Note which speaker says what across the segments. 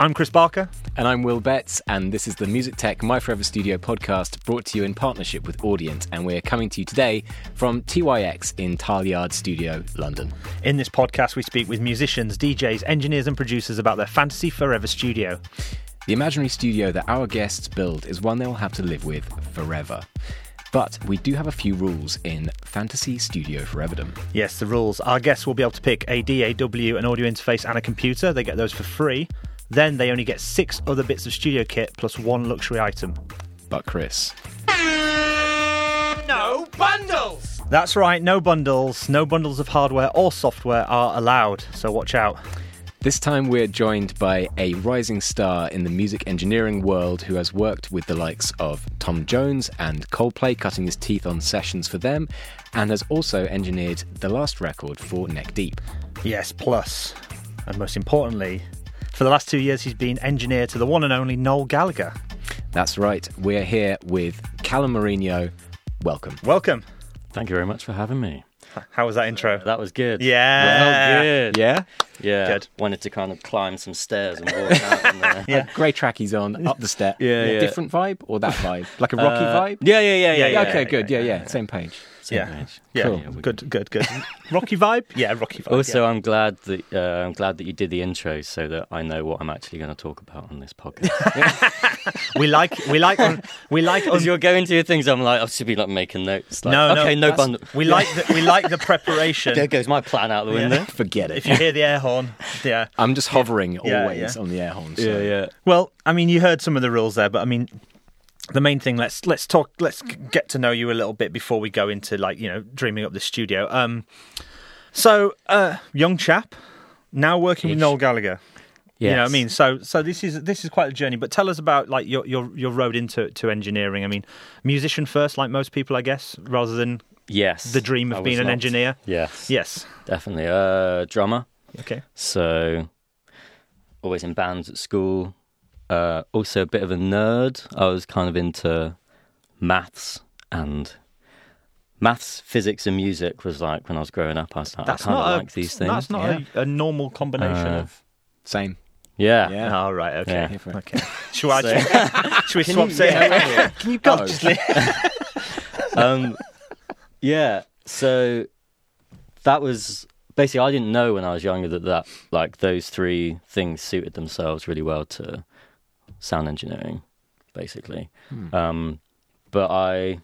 Speaker 1: I'm Chris Barker.
Speaker 2: And I'm Will Betts, and this is the Music Tech My Forever Studio podcast brought to you in partnership with Audient. And we're coming to you today from TYX in Talyard Studio, London.
Speaker 1: In this podcast, we speak with musicians, DJs, engineers, and producers about their fantasy forever studio.
Speaker 2: The imaginary studio that our guests build is one they will have to live with forever. But we do have a few rules in Fantasy Studio Foreverdom.
Speaker 1: Yes, the rules. Our guests will be able to pick a DAW, an audio interface, and a computer. They get those for free. Then they only get six other bits of studio kit plus one luxury item.
Speaker 2: But Chris,
Speaker 1: That's right, no bundles. No bundles of hardware or software are allowed, so watch out.
Speaker 2: This time we're joined by a rising star in the music engineering world who has worked with the likes of Tom Jones and Coldplay, cutting his teeth on sessions for them, and has also engineered the last record for Neck Deep.
Speaker 1: Yes, plus, and most importantly, for the last two years, he's been engineer to the one and only Noel Gallagher.
Speaker 2: That's right, we're here with Callum Mourinho. Welcome.
Speaker 1: Welcome.
Speaker 3: Thank you very much for having me.
Speaker 1: How was that intro?
Speaker 3: That was good.
Speaker 1: Yeah.
Speaker 3: Well, good.
Speaker 2: Yeah?
Speaker 3: Yeah.
Speaker 1: Good.
Speaker 3: Wanted to kind of climb some stairs and walk out in there.
Speaker 1: Yeah.
Speaker 2: Grey track he's on, up the step.
Speaker 3: Yeah, yeah.
Speaker 2: Different vibe or that vibe? Like a rocky
Speaker 3: Uh,
Speaker 2: vibe?
Speaker 3: Yeah, yeah, yeah, yeah.
Speaker 1: Yeah,
Speaker 2: okay,
Speaker 1: yeah,
Speaker 2: good. Yeah, yeah. Same page.
Speaker 3: Same
Speaker 1: yeah.
Speaker 3: page.
Speaker 1: Yeah,
Speaker 2: Cool.
Speaker 3: we're
Speaker 1: good, good, good. Rocky vibe? Yeah, Rocky vibe.
Speaker 3: Also,
Speaker 1: yeah.
Speaker 3: I'm glad that uh, I'm glad that you did the intro so that I know what I'm actually going to talk about on this podcast.
Speaker 1: we like, we like, un- we like. un-
Speaker 3: Because you're going to your things, I'm like, I should be like making notes. Like,
Speaker 1: no, no,
Speaker 3: okay, no
Speaker 1: that's-
Speaker 3: bundle.
Speaker 1: We like, the, we like the preparation.
Speaker 3: There goes my plan out the
Speaker 1: Yeah.
Speaker 3: window.
Speaker 2: Forget
Speaker 1: If
Speaker 2: it.
Speaker 1: you hear the air horn, yeah.
Speaker 2: I'm just hovering
Speaker 1: Yeah,
Speaker 2: always
Speaker 1: yeah.
Speaker 2: on the air horn. So.
Speaker 3: Yeah, yeah.
Speaker 1: Well, I mean, you heard some of the rules there, but I mean, the main thing. Let's let's talk. Let's g- get to know you a little bit before we go into like you know dreaming up the studio. Um, so uh, young chap, now working with
Speaker 3: Ish.
Speaker 1: Noel Gallagher. You know what I
Speaker 3: Yes.
Speaker 1: mean? So so this is this is quite a journey. But tell us about like your your your road into to engineering. I mean, musician first, like most people, I guess, rather than
Speaker 3: Yes.
Speaker 1: the dream of
Speaker 3: I
Speaker 1: being
Speaker 3: was
Speaker 1: an
Speaker 3: not.
Speaker 1: engineer.
Speaker 3: Yes.
Speaker 1: Yes.
Speaker 3: Definitely. Uh, drummer.
Speaker 1: Okay.
Speaker 3: So, always in bands at school. Uh, also, a bit of a nerd. I was kind of into maths and maths, physics, and music was like when I was growing up. I was like,
Speaker 1: That's
Speaker 3: I kind
Speaker 1: not
Speaker 3: of
Speaker 1: a,
Speaker 3: like these things.
Speaker 1: That's not
Speaker 3: yeah.
Speaker 1: a, a normal combination
Speaker 3: Uh,
Speaker 1: of.
Speaker 2: Same.
Speaker 3: yeah.
Speaker 2: Yeah.
Speaker 1: All right. Okay.
Speaker 3: Yeah.
Speaker 2: Here for it.
Speaker 1: Okay. Should I? should we swap? seats?
Speaker 2: Can you go?
Speaker 3: Oh. um, yeah. So that was basically I didn't know when I was younger that that like those three things suited themselves really well to sound engineering, basically.
Speaker 1: Hmm.
Speaker 3: Um, but I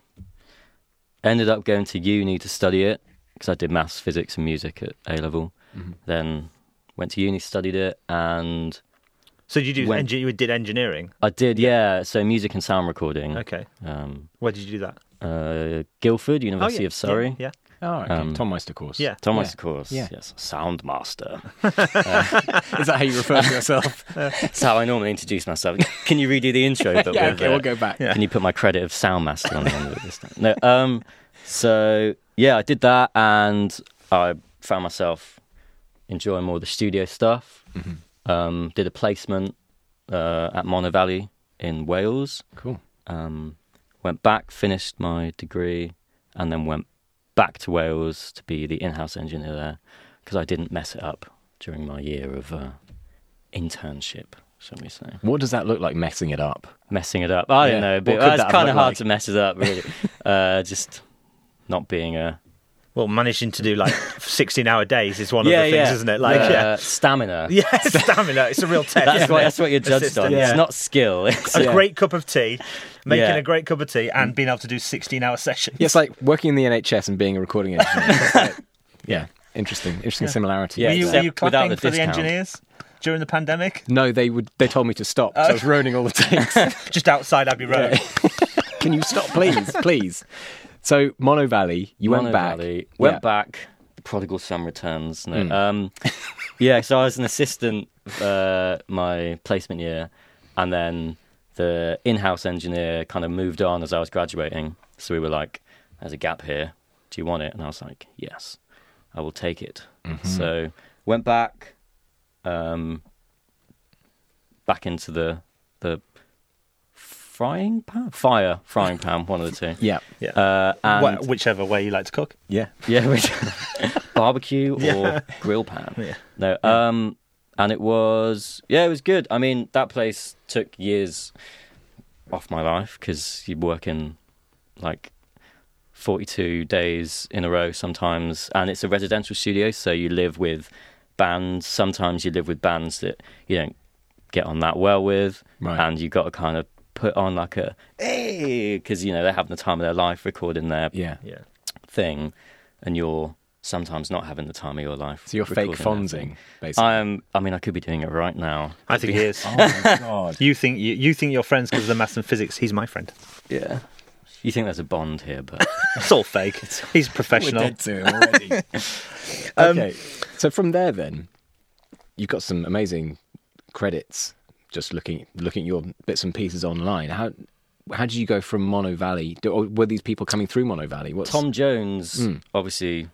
Speaker 3: ended up going to uni to study it because I did maths, physics, and music at A level.
Speaker 1: Mm-hmm.
Speaker 3: Then went to uni, studied it, and
Speaker 1: So you do
Speaker 3: When-
Speaker 1: engi- you did engineering.
Speaker 3: I did yeah. So music and sound recording.
Speaker 1: Okay.
Speaker 3: Um,
Speaker 1: Where did you do that?
Speaker 3: uh, Guildford, University
Speaker 1: yeah.
Speaker 3: of Surrey.
Speaker 1: Yeah.
Speaker 2: Oh, okay.
Speaker 3: Um,
Speaker 2: Tom Meister course.
Speaker 1: Yeah.
Speaker 3: Thomas,
Speaker 2: Yeah.
Speaker 3: of course.
Speaker 2: Yeah.
Speaker 3: Yes, sound master.
Speaker 2: Is that how you refer to yourself?
Speaker 3: That's how I normally introduce myself. Can you redo the intro? But
Speaker 2: yeah,
Speaker 3: with,
Speaker 2: okay,
Speaker 3: uh,
Speaker 2: we'll go back.
Speaker 3: Can you put my credit of sound master on the end of it this time? No. Um. So yeah, I did that, and I found myself enjoying more of the studio stuff.
Speaker 2: Mm-hmm.
Speaker 3: Um, did a placement uh, at Mono Valley in Wales.
Speaker 2: Cool.
Speaker 3: Um, went back, finished my degree, and then went back to Wales to be the in-house engineer there because I didn't mess it up during my year of uh, internship, shall we say?
Speaker 2: What does that look like messing it up?
Speaker 3: Messing it up, I
Speaker 2: Yeah.
Speaker 3: don't know,
Speaker 2: What
Speaker 3: but
Speaker 2: could
Speaker 3: it's
Speaker 2: that have
Speaker 3: kind of
Speaker 2: looked
Speaker 3: hard
Speaker 2: like?
Speaker 3: to mess it up, really. uh, just not being a
Speaker 1: Well, managing to do like 16 hour days is one of the things, isn't it? Like,
Speaker 3: Uh,
Speaker 1: yeah.
Speaker 3: stamina.
Speaker 1: Yeah, stamina. It's a real test.
Speaker 3: That's
Speaker 1: isn't
Speaker 3: what
Speaker 1: it?
Speaker 3: that's what you're judged
Speaker 1: Persistence.
Speaker 3: on.
Speaker 2: Yeah.
Speaker 3: It's not skill. It's,
Speaker 1: A
Speaker 2: Yeah.
Speaker 1: great cup of tea, making
Speaker 3: Yeah.
Speaker 1: a great cup of tea, and being able to do 16 hour sessions.
Speaker 2: Yeah, it's like working in the NHS and being a recording engineer. It's like- yeah, interesting, interesting similarity.
Speaker 3: Yeah,
Speaker 1: were you, were
Speaker 3: except
Speaker 1: you
Speaker 3: without
Speaker 1: clapping
Speaker 3: the
Speaker 1: for the
Speaker 3: discount.
Speaker 1: engineers during the pandemic?
Speaker 2: No, they would. They told me to stop. so I was ruining all the takes.
Speaker 1: Just outside Abbey Road.
Speaker 2: Can you stop, please, please? So Mono Valley, you went
Speaker 3: Mono
Speaker 2: back.
Speaker 3: Valley, went
Speaker 2: Yeah. Hmm.
Speaker 3: back. The prodigal son returns. No, um, yeah. So I was an assistant uh, my placement year, and then the in-house engineer kind of moved on as I was graduating. So we were like, "There's a gap here. Do you want it?" And I was like, "Yes, I will take it."
Speaker 2: Mm-hmm.
Speaker 3: So went back, um, back into the the frying pan, fire frying pan, one of the two.
Speaker 2: Yeah,
Speaker 1: Yeah.
Speaker 3: Uh, and
Speaker 1: Wh- whichever way you like to cook.
Speaker 2: yeah.
Speaker 3: yeah, which barbecue or
Speaker 1: Yeah.
Speaker 3: grill pan.
Speaker 1: Yeah.
Speaker 3: No. Um and it was yeah, it was good. I mean, that place took years off my life because you're working like 42 days in a row sometimes, and it's a residential studio, so you live with bands. Sometimes you live with bands that you don't get on that well with,
Speaker 2: Right.
Speaker 3: and you got to kind of put on like a hey because you know they're having the time of their life recording their
Speaker 2: Yeah.
Speaker 1: Yeah.
Speaker 3: thing, and you're sometimes not having the time of your life.
Speaker 2: So you're fake
Speaker 3: recording that thing.
Speaker 2: Fonzing, basically.
Speaker 3: I'm. I mean, I could be doing it right now.
Speaker 1: I think he is.
Speaker 2: oh my god.
Speaker 1: You think you, you think you're friends because of the maths and physics. He's my friend.
Speaker 3: Yeah. You think there's a bond here, but
Speaker 1: It's all fake. He's professional.
Speaker 2: to him already.
Speaker 1: Um,
Speaker 2: okay. So from there, then you got some amazing credits. Just looking looking at your bits and pieces online. How how did you go from Mono Valley? Do, or were these people coming through Mono Valley? What's
Speaker 3: Tom Jones,
Speaker 2: Hmm.
Speaker 3: obviously,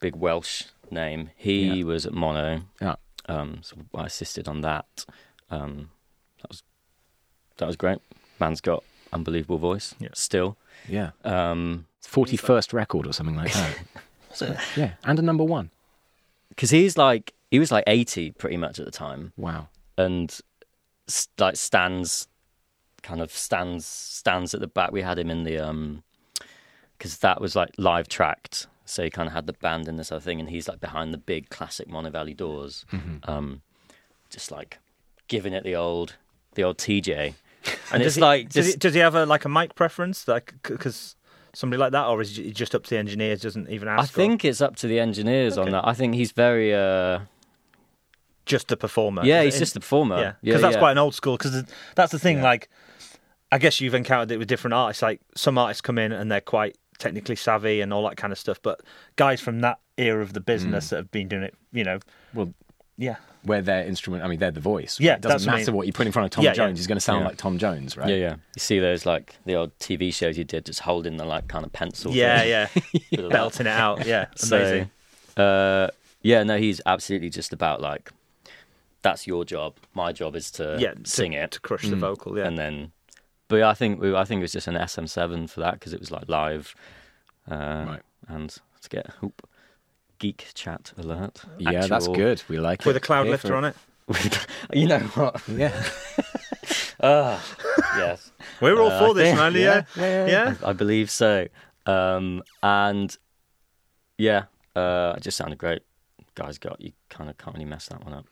Speaker 3: big Welsh name. He
Speaker 2: Yeah.
Speaker 3: was at Mono.
Speaker 2: Yeah.
Speaker 3: Um, so I assisted on that. Um, that was that was great. Man's got unbelievable voice.
Speaker 1: Yeah.
Speaker 3: Still.
Speaker 2: Yeah.
Speaker 3: Um,
Speaker 2: Forty first record or something like that. yeah, and a number one.
Speaker 3: because he's like he was like 80 pretty much at the time
Speaker 2: Wow.
Speaker 3: and s- like stands kind of stands stands at the back we had him in the um because that was like live tracked so he kind of had the band in this other thing and he's like behind the big classic mono valley doors
Speaker 1: Mm-hmm.
Speaker 3: um just like giving it the old the old tj and
Speaker 1: Does
Speaker 3: it's
Speaker 1: he-
Speaker 3: like
Speaker 1: does,
Speaker 3: just
Speaker 1: he, does he have a like a mic preference, like because somebody like that, or is it just up to the engineers? Doesn't even ask.
Speaker 3: i
Speaker 1: or
Speaker 3: think it's up to the engineers on
Speaker 1: Okay.
Speaker 3: that i think he's very uh
Speaker 1: just the performer.
Speaker 3: yeah
Speaker 1: Is
Speaker 3: he's
Speaker 1: it-
Speaker 3: just the performer
Speaker 1: yeah,
Speaker 3: yeah
Speaker 1: because that's
Speaker 3: yeah.
Speaker 1: quite an old school. Because that's the thing.
Speaker 2: Yeah.
Speaker 1: Like, I guess you've encountered it with different artists. Like some artists come in and they're quite technically savvy and all that kind of stuff, but guys from that era of the
Speaker 3: Mm.
Speaker 1: business that have been doing it, you know,
Speaker 2: Well,
Speaker 1: yeah,
Speaker 2: where their instrument, I mean, they're the voice.
Speaker 1: Yeah,
Speaker 2: it doesn't
Speaker 1: that's what I
Speaker 2: matter
Speaker 1: mean.
Speaker 2: what you put in front of Tom
Speaker 1: Yeah, yeah.
Speaker 2: Jones. He's going to sound
Speaker 3: Yeah.
Speaker 2: like Tom Jones, right?
Speaker 3: Yeah, yeah. You see those like the old TV shows you did, just holding the like kind of pencil.
Speaker 1: yeah,
Speaker 3: thing.
Speaker 1: yeah,
Speaker 3: Bit of
Speaker 1: belting it out. Yeah,
Speaker 3: that. So,
Speaker 1: amazing.
Speaker 3: uh, yeah, no, he's absolutely just about like, that's your job. My job is to
Speaker 1: yeah, to-
Speaker 3: uh, sing it, Mm.
Speaker 1: to crush the vocal. Yeah,
Speaker 3: and then. But yeah, I think we, I think it was just an SM7 for that because it was like live, uh,
Speaker 2: Right.
Speaker 3: And to get oop, geek chat alert.
Speaker 2: Yeah, that's
Speaker 3: Actual-
Speaker 2: good. We like
Speaker 1: with a
Speaker 2: it.
Speaker 1: cloud
Speaker 3: Here
Speaker 1: lifter
Speaker 3: for-
Speaker 1: on it.
Speaker 3: you know what?
Speaker 2: Yeah.
Speaker 3: yes.
Speaker 1: We're all
Speaker 3: Uh,
Speaker 1: for
Speaker 3: I
Speaker 1: this,
Speaker 3: think-
Speaker 1: man. Yeah,
Speaker 2: yeah, yeah,
Speaker 1: yeah.
Speaker 3: I believe so. Um, and yeah, uh, it just sounded great. Guys, got you kind of can't really mess that one up.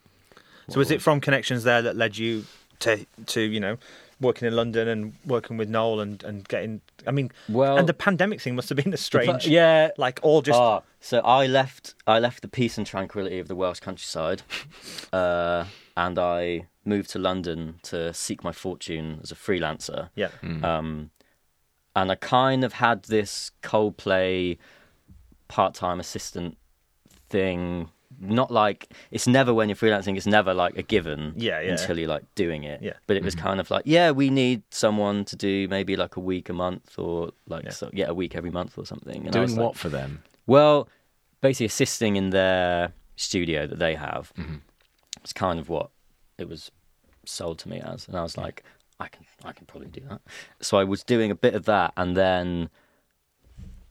Speaker 1: So was it from connections there that led you to to you know working in London and working with Noel and and getting? I mean,
Speaker 3: Well-
Speaker 1: and the pandemic thing must have been a strange,
Speaker 3: Yeah.
Speaker 1: like all just
Speaker 3: Ah, so I left. I left the peace and tranquility of the Welsh countryside, uh, and I moved to London to seek my fortune as a freelancer.
Speaker 1: yeah,
Speaker 3: Um, and I kind of had this Coldplay part time assistant thing. Not like it's never when you're freelancing, it's never like a given
Speaker 1: Yeah, yeah.
Speaker 3: until you're like doing it.
Speaker 1: Yeah. Hmm.
Speaker 3: But it was kind of like, yeah, we need someone to do maybe like a week a month or like,
Speaker 1: Yeah.
Speaker 3: yeah, so, yeah a week every month or something. And I
Speaker 2: Doing
Speaker 3: was
Speaker 2: what
Speaker 3: like,
Speaker 2: for them?
Speaker 3: well, basically assisting in their studio that they have. It's kind of what it was sold to me as, and I was like, I can, I can probably do that. So I was doing a bit of that, and then,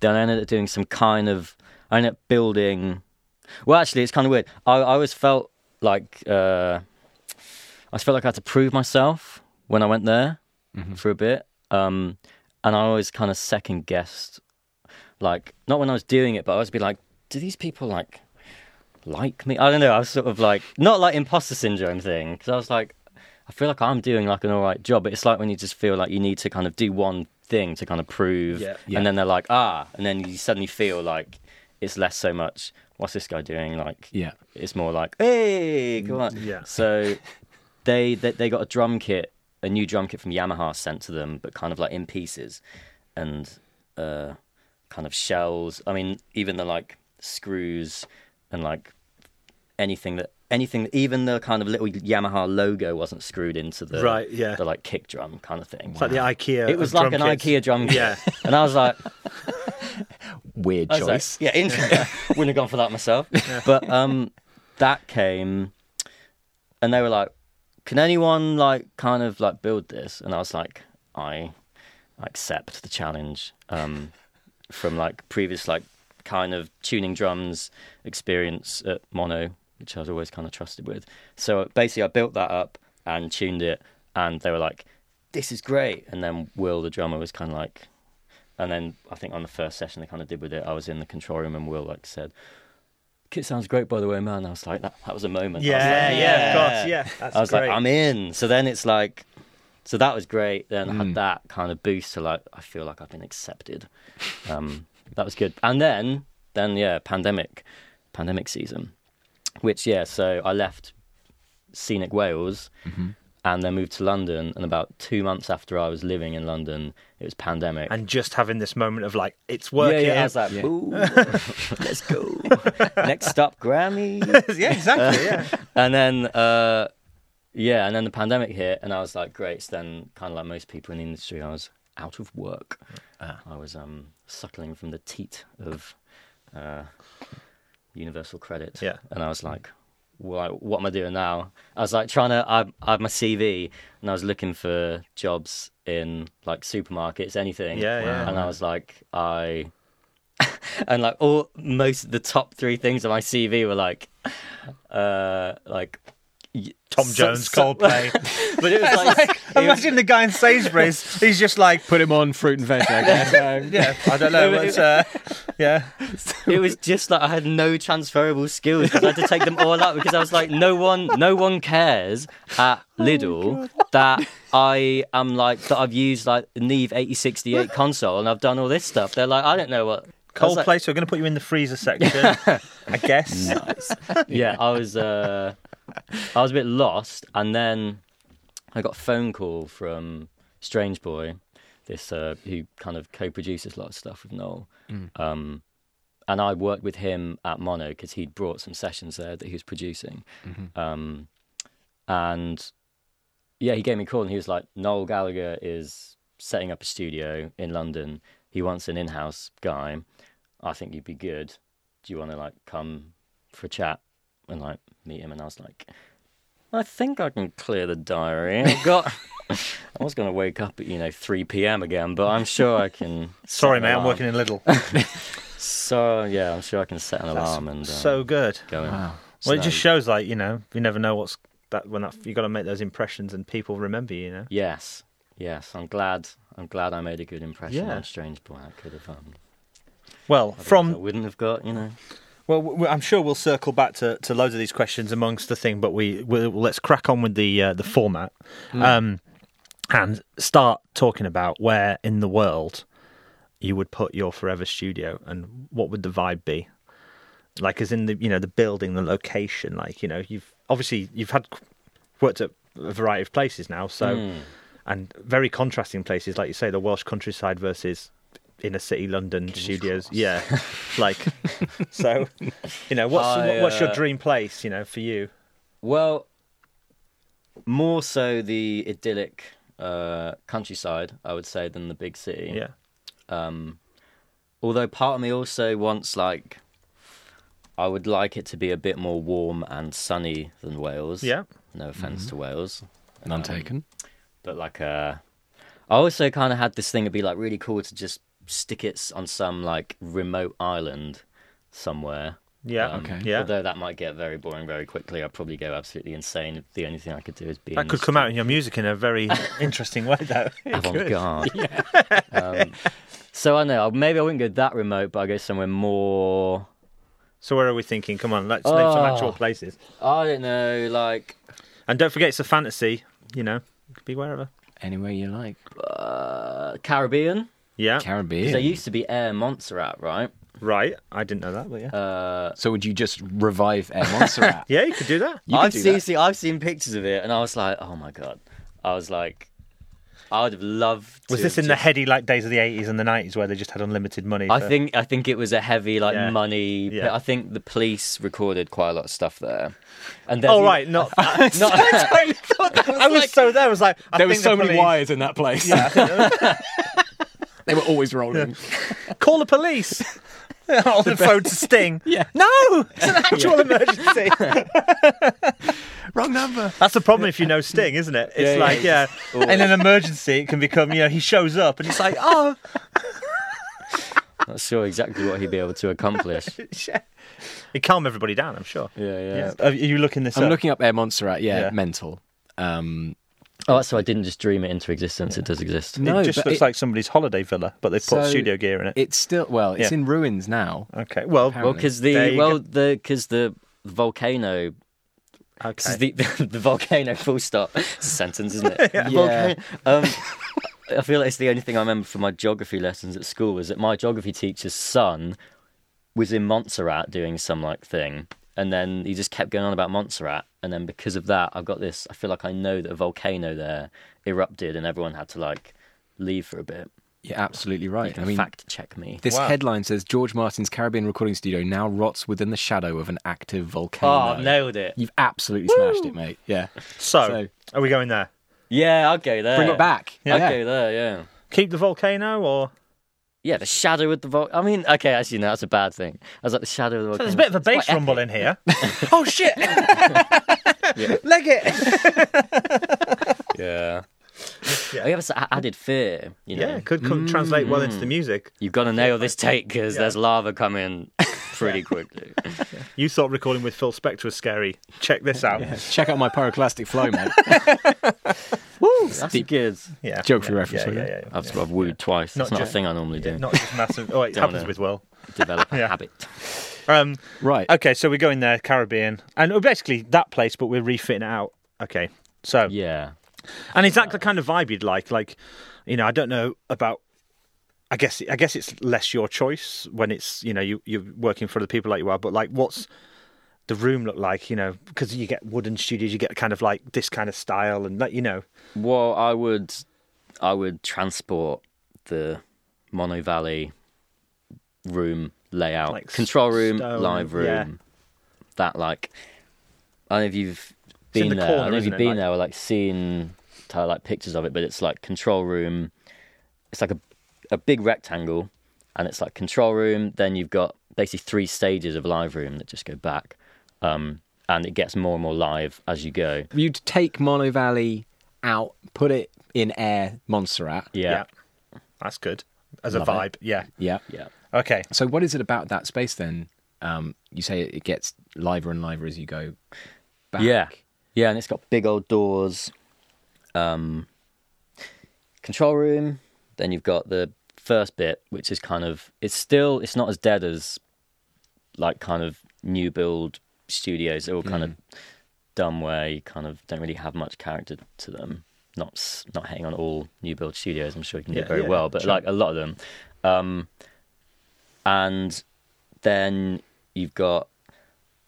Speaker 3: then I ended up doing some kind of, I ended up building. Well, actually, it's kind of weird. I, I always felt like, uh, I just felt like I had to prove myself when I went there for a bit, um, and I always kind of second guessed like not when I was doing it, but I was be like, do these people like like me? I don't know. I was sort of like not like imposter syndrome thing because I was like, I feel like I'm doing like an all right job, but it's like when you just feel like you need to kind of do one thing to kind of prove,
Speaker 1: Yeah.
Speaker 2: Yeah.
Speaker 3: and then they're like ah, and then you suddenly feel like it's less so much. What's this guy doing? Like
Speaker 2: Yeah.
Speaker 3: it's more like hey, come on.
Speaker 1: yeah.
Speaker 3: So they, they they got a drum kit, a new drum kit from Yamaha sent to them, but kind of like in pieces, and uh, kind of shells. I mean, even the like screws and like anything that anything even the kind of little Yamaha logo wasn't screwed into the
Speaker 1: Right, yeah.
Speaker 3: the like kick drum kind of thing.
Speaker 1: it's like the IKEA.
Speaker 3: it was
Speaker 1: of
Speaker 3: like an
Speaker 1: drum kits.
Speaker 3: IKEA drum kit,
Speaker 1: Yeah.
Speaker 3: and I was like,
Speaker 2: Weird
Speaker 3: I was like,
Speaker 2: choice.
Speaker 3: yeah, interesting. Wouldn't have gone for that myself. But um, that came, and they were like, "Can anyone like kind of like build this?" And I was like, "I accept the challenge." Um, from like previous like kind of tuning drums experience at Mono which I was always kind of trusted with. So basically, I built that up and tuned it, and they were like, "This is great." And then Will, the drummer, was kind of like, and then I think on the first session they kind of did with it. I was in the control room, and Will like said. Kit sounds great, by the way, man. I was like, that, that was a moment. I was
Speaker 1: Yeah,
Speaker 3: like,
Speaker 1: yeah, of course, yeah. That's
Speaker 3: I was
Speaker 1: great.
Speaker 3: like, I'm in. So then it's like, so that was great. Then I had that kind of boost to like, I feel like I've been accepted. Um, that was good. And then, then yeah, pandemic, pandemic season, which yeah, so I left scenic Wales and then moved to London. And about two months after I was living in London, it was pandemic.
Speaker 1: and just having this moment of like, it's working.
Speaker 3: Yeah, yeah, I was like,
Speaker 2: Yeah.
Speaker 3: "Ooh, let's go. Next stop, Grammy.
Speaker 1: yeah, exactly. Yeah.
Speaker 3: and then uh yeah and then the pandemic hit and i was like great so then kind of like most people in the industry i was out of work
Speaker 1: Ah.
Speaker 3: i was um suckling from the teat of uh universal credit
Speaker 1: Yeah.
Speaker 3: and i was like well, what am i doing now i was like trying to I, I have my cv and i was looking for jobs in like supermarkets anything
Speaker 1: Yeah, yeah.
Speaker 3: and i was like i and like all most of the top three things on my cv were like uh like y-
Speaker 1: Tom
Speaker 3: so-
Speaker 1: Jones,
Speaker 3: so-
Speaker 1: Coldplay.
Speaker 3: but it was like, it was-
Speaker 1: Imagine the guy in Sainsbury's. He's just like,
Speaker 2: Put him on fruit and veg. I guess. Um,
Speaker 1: yeah, I don't know. What's, uh, yeah,
Speaker 3: it was just like I had no transferable skills 'cause I had to take them all out because I was like, no one, no one cares
Speaker 1: Oh
Speaker 3: at Lidl that I am like that I've used like the Neve eighty sixty eight console and I've done all this stuff. They're like, I don't know what I was
Speaker 1: cold
Speaker 3: like- Mm.
Speaker 1: place. We're going to put you in the freezer section, I guess.
Speaker 3: yeah, I was uh, I was a bit lost, and then I got a phone call from Strange Boy, this uh, who kind of co-produces a lot of stuff with Noel, um, and I worked with him at Mono because he'd brought some sessions there that he was producing,
Speaker 1: Mm-hmm.
Speaker 3: um, and yeah, he gave me a call and he was like, Noel Gallagher is setting up a studio in London. He wants an in-house guy. I think you'd be good. Do you want to like come for a chat and like meet him? And I was like, I think I can clear the diary. I've got. I was going to wake up at you know 3 p.m. again, but I'm sure I can.
Speaker 1: Sorry,
Speaker 3: set an
Speaker 1: mate. I'm
Speaker 3: alarm.
Speaker 1: working in Lidl.
Speaker 3: So yeah, I'm sure I can set an alarm and um,
Speaker 1: so good.
Speaker 3: go in.
Speaker 1: Well, it just shows like you know, you never know what's that when that you got to make those impressions and people remember you. You know.
Speaker 3: Yes, yes. I'm glad. I'm glad I made a good impression
Speaker 1: Yeah.
Speaker 3: on Strange Boy. I could have. Um,
Speaker 1: Well,
Speaker 3: From I
Speaker 1: from
Speaker 3: wouldn't have got you know.
Speaker 1: well, w- I'm sure we'll circle back to, to loads of these questions amongst the thing, but we we'll, let's crack on with the uh, the format, um, and start talking about where in the world you would put your forever studio and what would the vibe be like as in the you know the building the location like you know you've obviously you've had worked at a variety of places now so
Speaker 3: Hmm.
Speaker 1: and very contrasting places like you say the welsh countryside versus inner city london studios yeah like so you know what's
Speaker 3: I,
Speaker 1: what's your
Speaker 3: uh,
Speaker 1: dream place you know for you
Speaker 3: Well, more so the idyllic uh, countryside, I would say, than the big city.
Speaker 1: yeah
Speaker 3: Um, although part of me also wants like. I would like it to be a bit more warm and sunny than Wales.
Speaker 1: yeah Mm-hmm.
Speaker 3: No offense to Wales.
Speaker 2: None taken.
Speaker 3: but like uh I also kind of had this thing it'd be like really cool to just stick it s- on some like remote island somewhere.
Speaker 1: yeah
Speaker 3: Um,
Speaker 2: Okay.
Speaker 1: yeah
Speaker 3: Although that might get very boring very quickly, I'd probably go absolutely insane. The only thing I could do is be
Speaker 1: that could come out in your music in a very interesting way though
Speaker 3: avant garde. um, so I know maybe I wouldn't go that remote, but I go somewhere more.
Speaker 1: so where are we thinking come on let's name some
Speaker 3: Oh.
Speaker 1: actual places
Speaker 3: I don't know, like
Speaker 1: And don't forget, it's a fantasy. You know, it could be wherever.
Speaker 2: Anywhere you like.
Speaker 3: uh, Caribbean.
Speaker 1: Yeah,
Speaker 2: Caribbean.
Speaker 3: 'Cause There used to be Air Montserrat, right?
Speaker 1: right. I didn't know that, but yeah,
Speaker 3: Uh,
Speaker 2: so would you just revive Air Montserrat?
Speaker 1: yeah, you could do that.
Speaker 2: You could
Speaker 3: I've
Speaker 2: do
Speaker 3: seen,
Speaker 2: that.
Speaker 3: see, I've seen pictures of it, and I was like, oh my god. I was like, I would have loved. To
Speaker 1: Was this
Speaker 3: have
Speaker 1: in the
Speaker 3: just-
Speaker 1: heady like days of the eighties and the nineties where they just had unlimited money?
Speaker 3: I
Speaker 1: for- Oh,
Speaker 3: think I think it was a heavy like
Speaker 1: Yeah.
Speaker 3: money.
Speaker 1: Yeah.
Speaker 3: I think the police recorded quite a lot of stuff there. And then
Speaker 1: Oh right, not. I
Speaker 3: not
Speaker 1: was so there. I was like, I
Speaker 2: There were
Speaker 1: think the
Speaker 2: so many
Speaker 1: police-
Speaker 2: wires in that place.
Speaker 1: Yeah.
Speaker 2: they were always rolling.
Speaker 1: Call the police. On the phone to Sting. Yeah. No, it's an actual emergency.
Speaker 2: Wrong number.
Speaker 1: That's the problem if you know Sting, isn't it? It's
Speaker 2: Yeah, yeah,
Speaker 1: like, yeah, in an emergency, it can become, you know, he shows up and it's like, oh,
Speaker 3: not sure exactly what he'd be able to accomplish.
Speaker 1: shit. It calmed everybody down, I'm sure.
Speaker 3: Yeah, yeah.
Speaker 1: Are you looking this
Speaker 2: I'm
Speaker 1: up?
Speaker 2: looking up Air Montserrat. Yeah,
Speaker 1: Yeah.
Speaker 2: mental. Um,
Speaker 3: Oh, so I didn't just dream it into existence. It does exist.
Speaker 1: it
Speaker 2: no,
Speaker 1: just
Speaker 2: but
Speaker 1: looks
Speaker 2: it-
Speaker 1: like somebody's holiday villa, but they've put
Speaker 2: So-
Speaker 1: studio gear in it.
Speaker 2: it's still well, it's
Speaker 1: Yeah.
Speaker 2: in ruins now.
Speaker 1: okay, well,
Speaker 3: Well,
Speaker 2: Apparently.
Speaker 3: because
Speaker 1: There
Speaker 3: the
Speaker 1: you
Speaker 3: well the because the volcano.
Speaker 1: okay.
Speaker 3: 'cause the, the volcano. Full stop. It's a sentence, isn't it?
Speaker 2: Yeah.
Speaker 3: Volcano. Um, I feel like it's the only thing I remember from my geography lessons at school was that my geography teacher's son was in Montserrat doing some like thing, and then he just kept going on about Montserrat, and then because of that, I've got this. I feel like I know that a volcano there erupted, and everyone had to like leave for a bit.
Speaker 2: You're absolutely
Speaker 3: You
Speaker 2: right.
Speaker 3: can
Speaker 2: I mean,
Speaker 3: fact check me.
Speaker 2: this
Speaker 1: Wow.
Speaker 2: headline says George Martin's Caribbean recording studio now rots within the shadow of an active volcano.
Speaker 3: Oh, nailed it.
Speaker 2: You've absolutely smashed it, mate. Yeah,
Speaker 1: so,
Speaker 2: so-
Speaker 1: are we going there?
Speaker 3: Yeah, I'll go there.
Speaker 2: bring it back.
Speaker 3: I'll
Speaker 2: Yeah.
Speaker 3: go there. Yeah.
Speaker 1: Keep the volcano, or
Speaker 3: Yeah, the shadow of the volcano. I mean, okay, actually, no, that's a bad thing. I was like, the shadow of the
Speaker 1: So
Speaker 3: volcano.
Speaker 1: there's a bit of a
Speaker 3: It's quite
Speaker 1: bass rumble in here. oh shit! Leg it.
Speaker 3: epic.
Speaker 1: Yeah.
Speaker 3: Yeah. yeah. I guess a- added fear, you know.
Speaker 1: Yeah, could come, translate well
Speaker 2: Mm.
Speaker 1: into the music.
Speaker 3: You've got to nail this take because
Speaker 1: Yeah.
Speaker 3: there's lava coming pretty quickly.
Speaker 1: You thought recording with Phil Spector was scary. Check this out. Yeah,
Speaker 2: Check out my pyroclastic flow, mate.
Speaker 3: Woo! That's
Speaker 2: deep.
Speaker 3: good.
Speaker 1: yeah.
Speaker 2: Geography
Speaker 1: yeah,
Speaker 2: reference,
Speaker 1: Yeah,
Speaker 2: wasn't
Speaker 1: yeah,
Speaker 2: it?
Speaker 1: yeah, yeah.
Speaker 3: I've, I've wooed twice.
Speaker 1: Not
Speaker 3: That's not
Speaker 1: ju-
Speaker 3: a thing I normally do.
Speaker 1: Not just massive. Oh, it
Speaker 3: Don't
Speaker 1: happens
Speaker 3: know.
Speaker 1: with Will.
Speaker 3: Develop a
Speaker 1: Yeah.
Speaker 3: habit.
Speaker 1: Um,
Speaker 2: Right.
Speaker 1: okay, so we're going there, Caribbean, and oh, basically that place, but we're refitting it out. Okay, so
Speaker 3: Yeah.
Speaker 1: And is that the kind of vibe you'd like? Like, you know, I don't know about. I guess I guess it's less your choice when it's you know you you're working for the people like you are, but like what's the room look like? You know, because you get wooden studios, you get kind of like this kind of style, and like you know,
Speaker 3: Well, I would, I would transport the Mono Valley room layout,
Speaker 1: Like
Speaker 3: control room,
Speaker 1: stone,
Speaker 3: live room,
Speaker 1: yeah.
Speaker 3: that like. I don't know if you've
Speaker 1: It's in
Speaker 3: been
Speaker 1: the
Speaker 3: there. I don't
Speaker 1: corner,
Speaker 3: know if
Speaker 1: isn't
Speaker 3: you've
Speaker 1: it?
Speaker 3: been
Speaker 1: Like-
Speaker 3: there or like seen kind of like pictures of it, but it's like control room. It's like a a big rectangle, and it's like control room. Then you've got basically three stages of live room that just go back, um, and it gets more and more live as you go.
Speaker 2: You'd take Mono Valley out, put it in Air Montserrat.
Speaker 3: Yeah,
Speaker 1: that's good as
Speaker 2: Love
Speaker 1: a
Speaker 2: it.
Speaker 1: vibe. Yeah.
Speaker 2: Yeah.
Speaker 3: yeah.
Speaker 1: Okay.
Speaker 2: So, what is it about that space then? Um, you say it gets liver and liver as you go back.
Speaker 3: Yeah, yeah, and it's got big old doors. Um, control room. Then you've got the first bit, which is kind of it's still it's not as dead as like kind of new build studios. They're all kind of
Speaker 1: Hmm.
Speaker 3: dumb where you kind of don't really have much character to them. Not s- not hating on all new build studios. I'm sure you can
Speaker 1: Yeah,
Speaker 3: do very
Speaker 1: yeah,
Speaker 3: well, but
Speaker 1: sure.
Speaker 3: like a lot of them. Um, and then you've got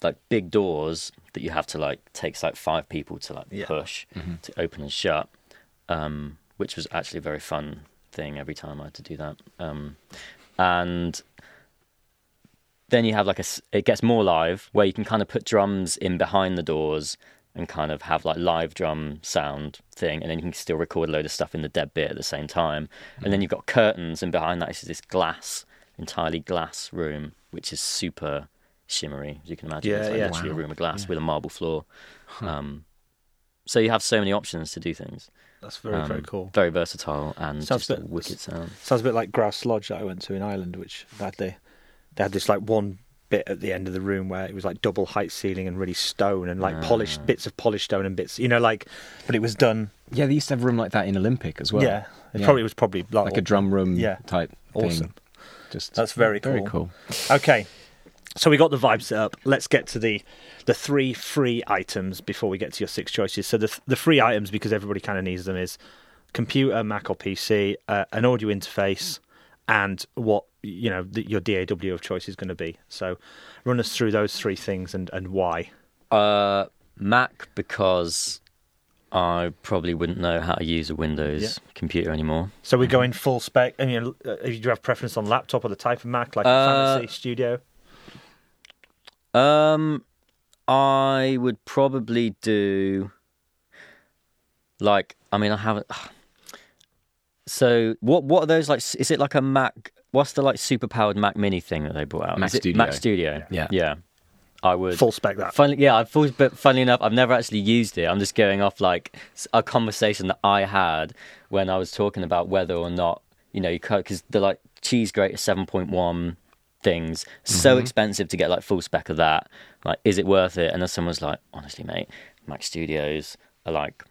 Speaker 3: like big doors that you have to like takes like five people to like
Speaker 1: Yeah.
Speaker 3: push to open and shut, um, which was actually a very fun thing every time I had to do that. Um, and then you have like a s- it gets more live where you can kind of put drums in behind the doors and kind of have like live drum sound thing and then you can still record a load of stuff in the dead bit at the same time and
Speaker 1: Mm.
Speaker 3: then you've got curtains and behind that is this glass entirely glass room which is super shimmery as you can imagine
Speaker 1: Yeah,
Speaker 3: it's like
Speaker 1: yeah.
Speaker 3: literally
Speaker 2: Wow.
Speaker 3: a room of glass with a marble floor um, so you have so many options to do things
Speaker 1: That's very very
Speaker 3: Um,
Speaker 1: cool.
Speaker 3: very versatile and
Speaker 1: Sounds
Speaker 3: just a
Speaker 1: a bit-
Speaker 3: wicked sound
Speaker 1: Sounds a bit like Grouse Lodge that I went to in Ireland, which that they they had this like one bit at the end of the room where it was like double height ceiling and really stone and like
Speaker 2: Ah.
Speaker 1: polished bits of polished stone and bits, you know, like but it was done.
Speaker 2: Yeah, they used to have a room like that in Olympic as well.
Speaker 1: yeah, it
Speaker 2: Yeah.
Speaker 1: probably was probably like,
Speaker 2: Like a drum room
Speaker 1: Yeah.
Speaker 2: type
Speaker 1: Awesome.
Speaker 2: thing. Just
Speaker 1: That's very
Speaker 2: Very
Speaker 1: cool.
Speaker 2: cool.
Speaker 1: Okay, so we got the vibe set up. Let's get to the the three free items before we get to your six choices. So the the free items because everybody kind of needs them is computer, Mac or PC, uh, an audio interface, and what you know the, your DAW of choice is going to be. So run us through those three things and and why.
Speaker 3: Uh, Mac because I probably wouldn't know how to use a Windows
Speaker 1: Yeah.
Speaker 3: computer anymore.
Speaker 1: So we're going full spec. I mean, uh, do you have preference on laptop or the type of Mac, like
Speaker 3: Uh,
Speaker 1: fantasy studio?
Speaker 3: Um, I would probably do like I mean I haven't. So what what are those like? s- Is it like a Mac? What's the like super powered Mac Mini thing that they brought out?
Speaker 2: Mac
Speaker 3: Is it
Speaker 2: Studio.
Speaker 3: Mac Studio.
Speaker 2: Yeah.
Speaker 3: yeah. I would
Speaker 1: Full spec that.
Speaker 3: Funny, yeah, I've always, but funnily enough, I've never actually used it. I'm just going off like s- a conversation that I had when I was talking about whether or not you know you because the like cheese grate is 7.1 things. So expensive to get like full spec of that. Like, is it worth it? And then someone's like, honestly, mate, Mac Studios are like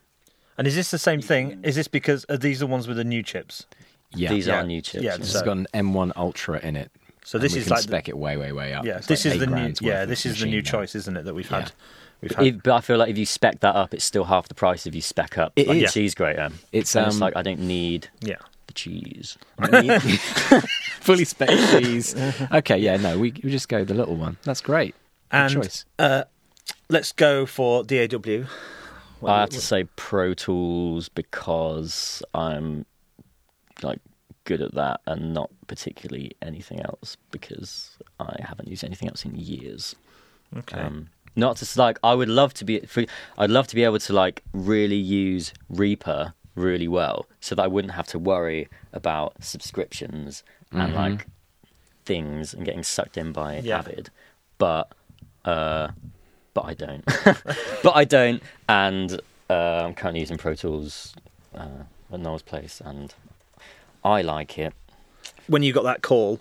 Speaker 1: And is this the same thing? Is this because are these the ones with the new chips?
Speaker 2: Yeah.
Speaker 3: these
Speaker 1: yeah,
Speaker 3: are new chips.
Speaker 1: yeah,
Speaker 3: you know.
Speaker 2: This
Speaker 1: So-
Speaker 2: has got an M1 Ultra in it.
Speaker 1: So
Speaker 2: and
Speaker 1: this
Speaker 2: we
Speaker 1: is
Speaker 2: can
Speaker 1: like the-
Speaker 2: spec it way, way, way up.
Speaker 1: Yeah,
Speaker 2: It's
Speaker 1: this
Speaker 2: like
Speaker 1: is
Speaker 2: eight
Speaker 1: the new.
Speaker 2: grand's worth
Speaker 1: Yeah,
Speaker 2: of
Speaker 1: this is the
Speaker 2: machine
Speaker 1: new
Speaker 2: now.
Speaker 1: choice, isn't it? That we've
Speaker 2: Yeah.
Speaker 1: had. We've had.
Speaker 3: If- but I feel like if you spec that up, it's still half the price if you spec up
Speaker 2: It
Speaker 3: like
Speaker 2: is.
Speaker 3: a cheese grater.
Speaker 2: It's,
Speaker 3: And
Speaker 2: um,
Speaker 3: like I don't need
Speaker 1: yeah.
Speaker 3: the cheese.
Speaker 2: Fully spec cheese. okay, yeah, no, we, we just go the little one. That's great. Good
Speaker 1: And
Speaker 2: choice.
Speaker 1: Uh, let's go for DAW.
Speaker 3: I have to say Pro Tools because I'm like good at that and not particularly anything else because I haven't used anything else in years.
Speaker 1: Okay.
Speaker 3: Um, not just like I would love to be. For, I'd love to be able to like really use Reaper really well, so that I wouldn't have to worry about subscriptions and like things and getting sucked in by
Speaker 1: Yeah.
Speaker 3: Avid. But uh, but I don't. but I don't, and uh, I'm currently using Pro Tools uh, at Noel's place, and I like it.
Speaker 1: when you got that call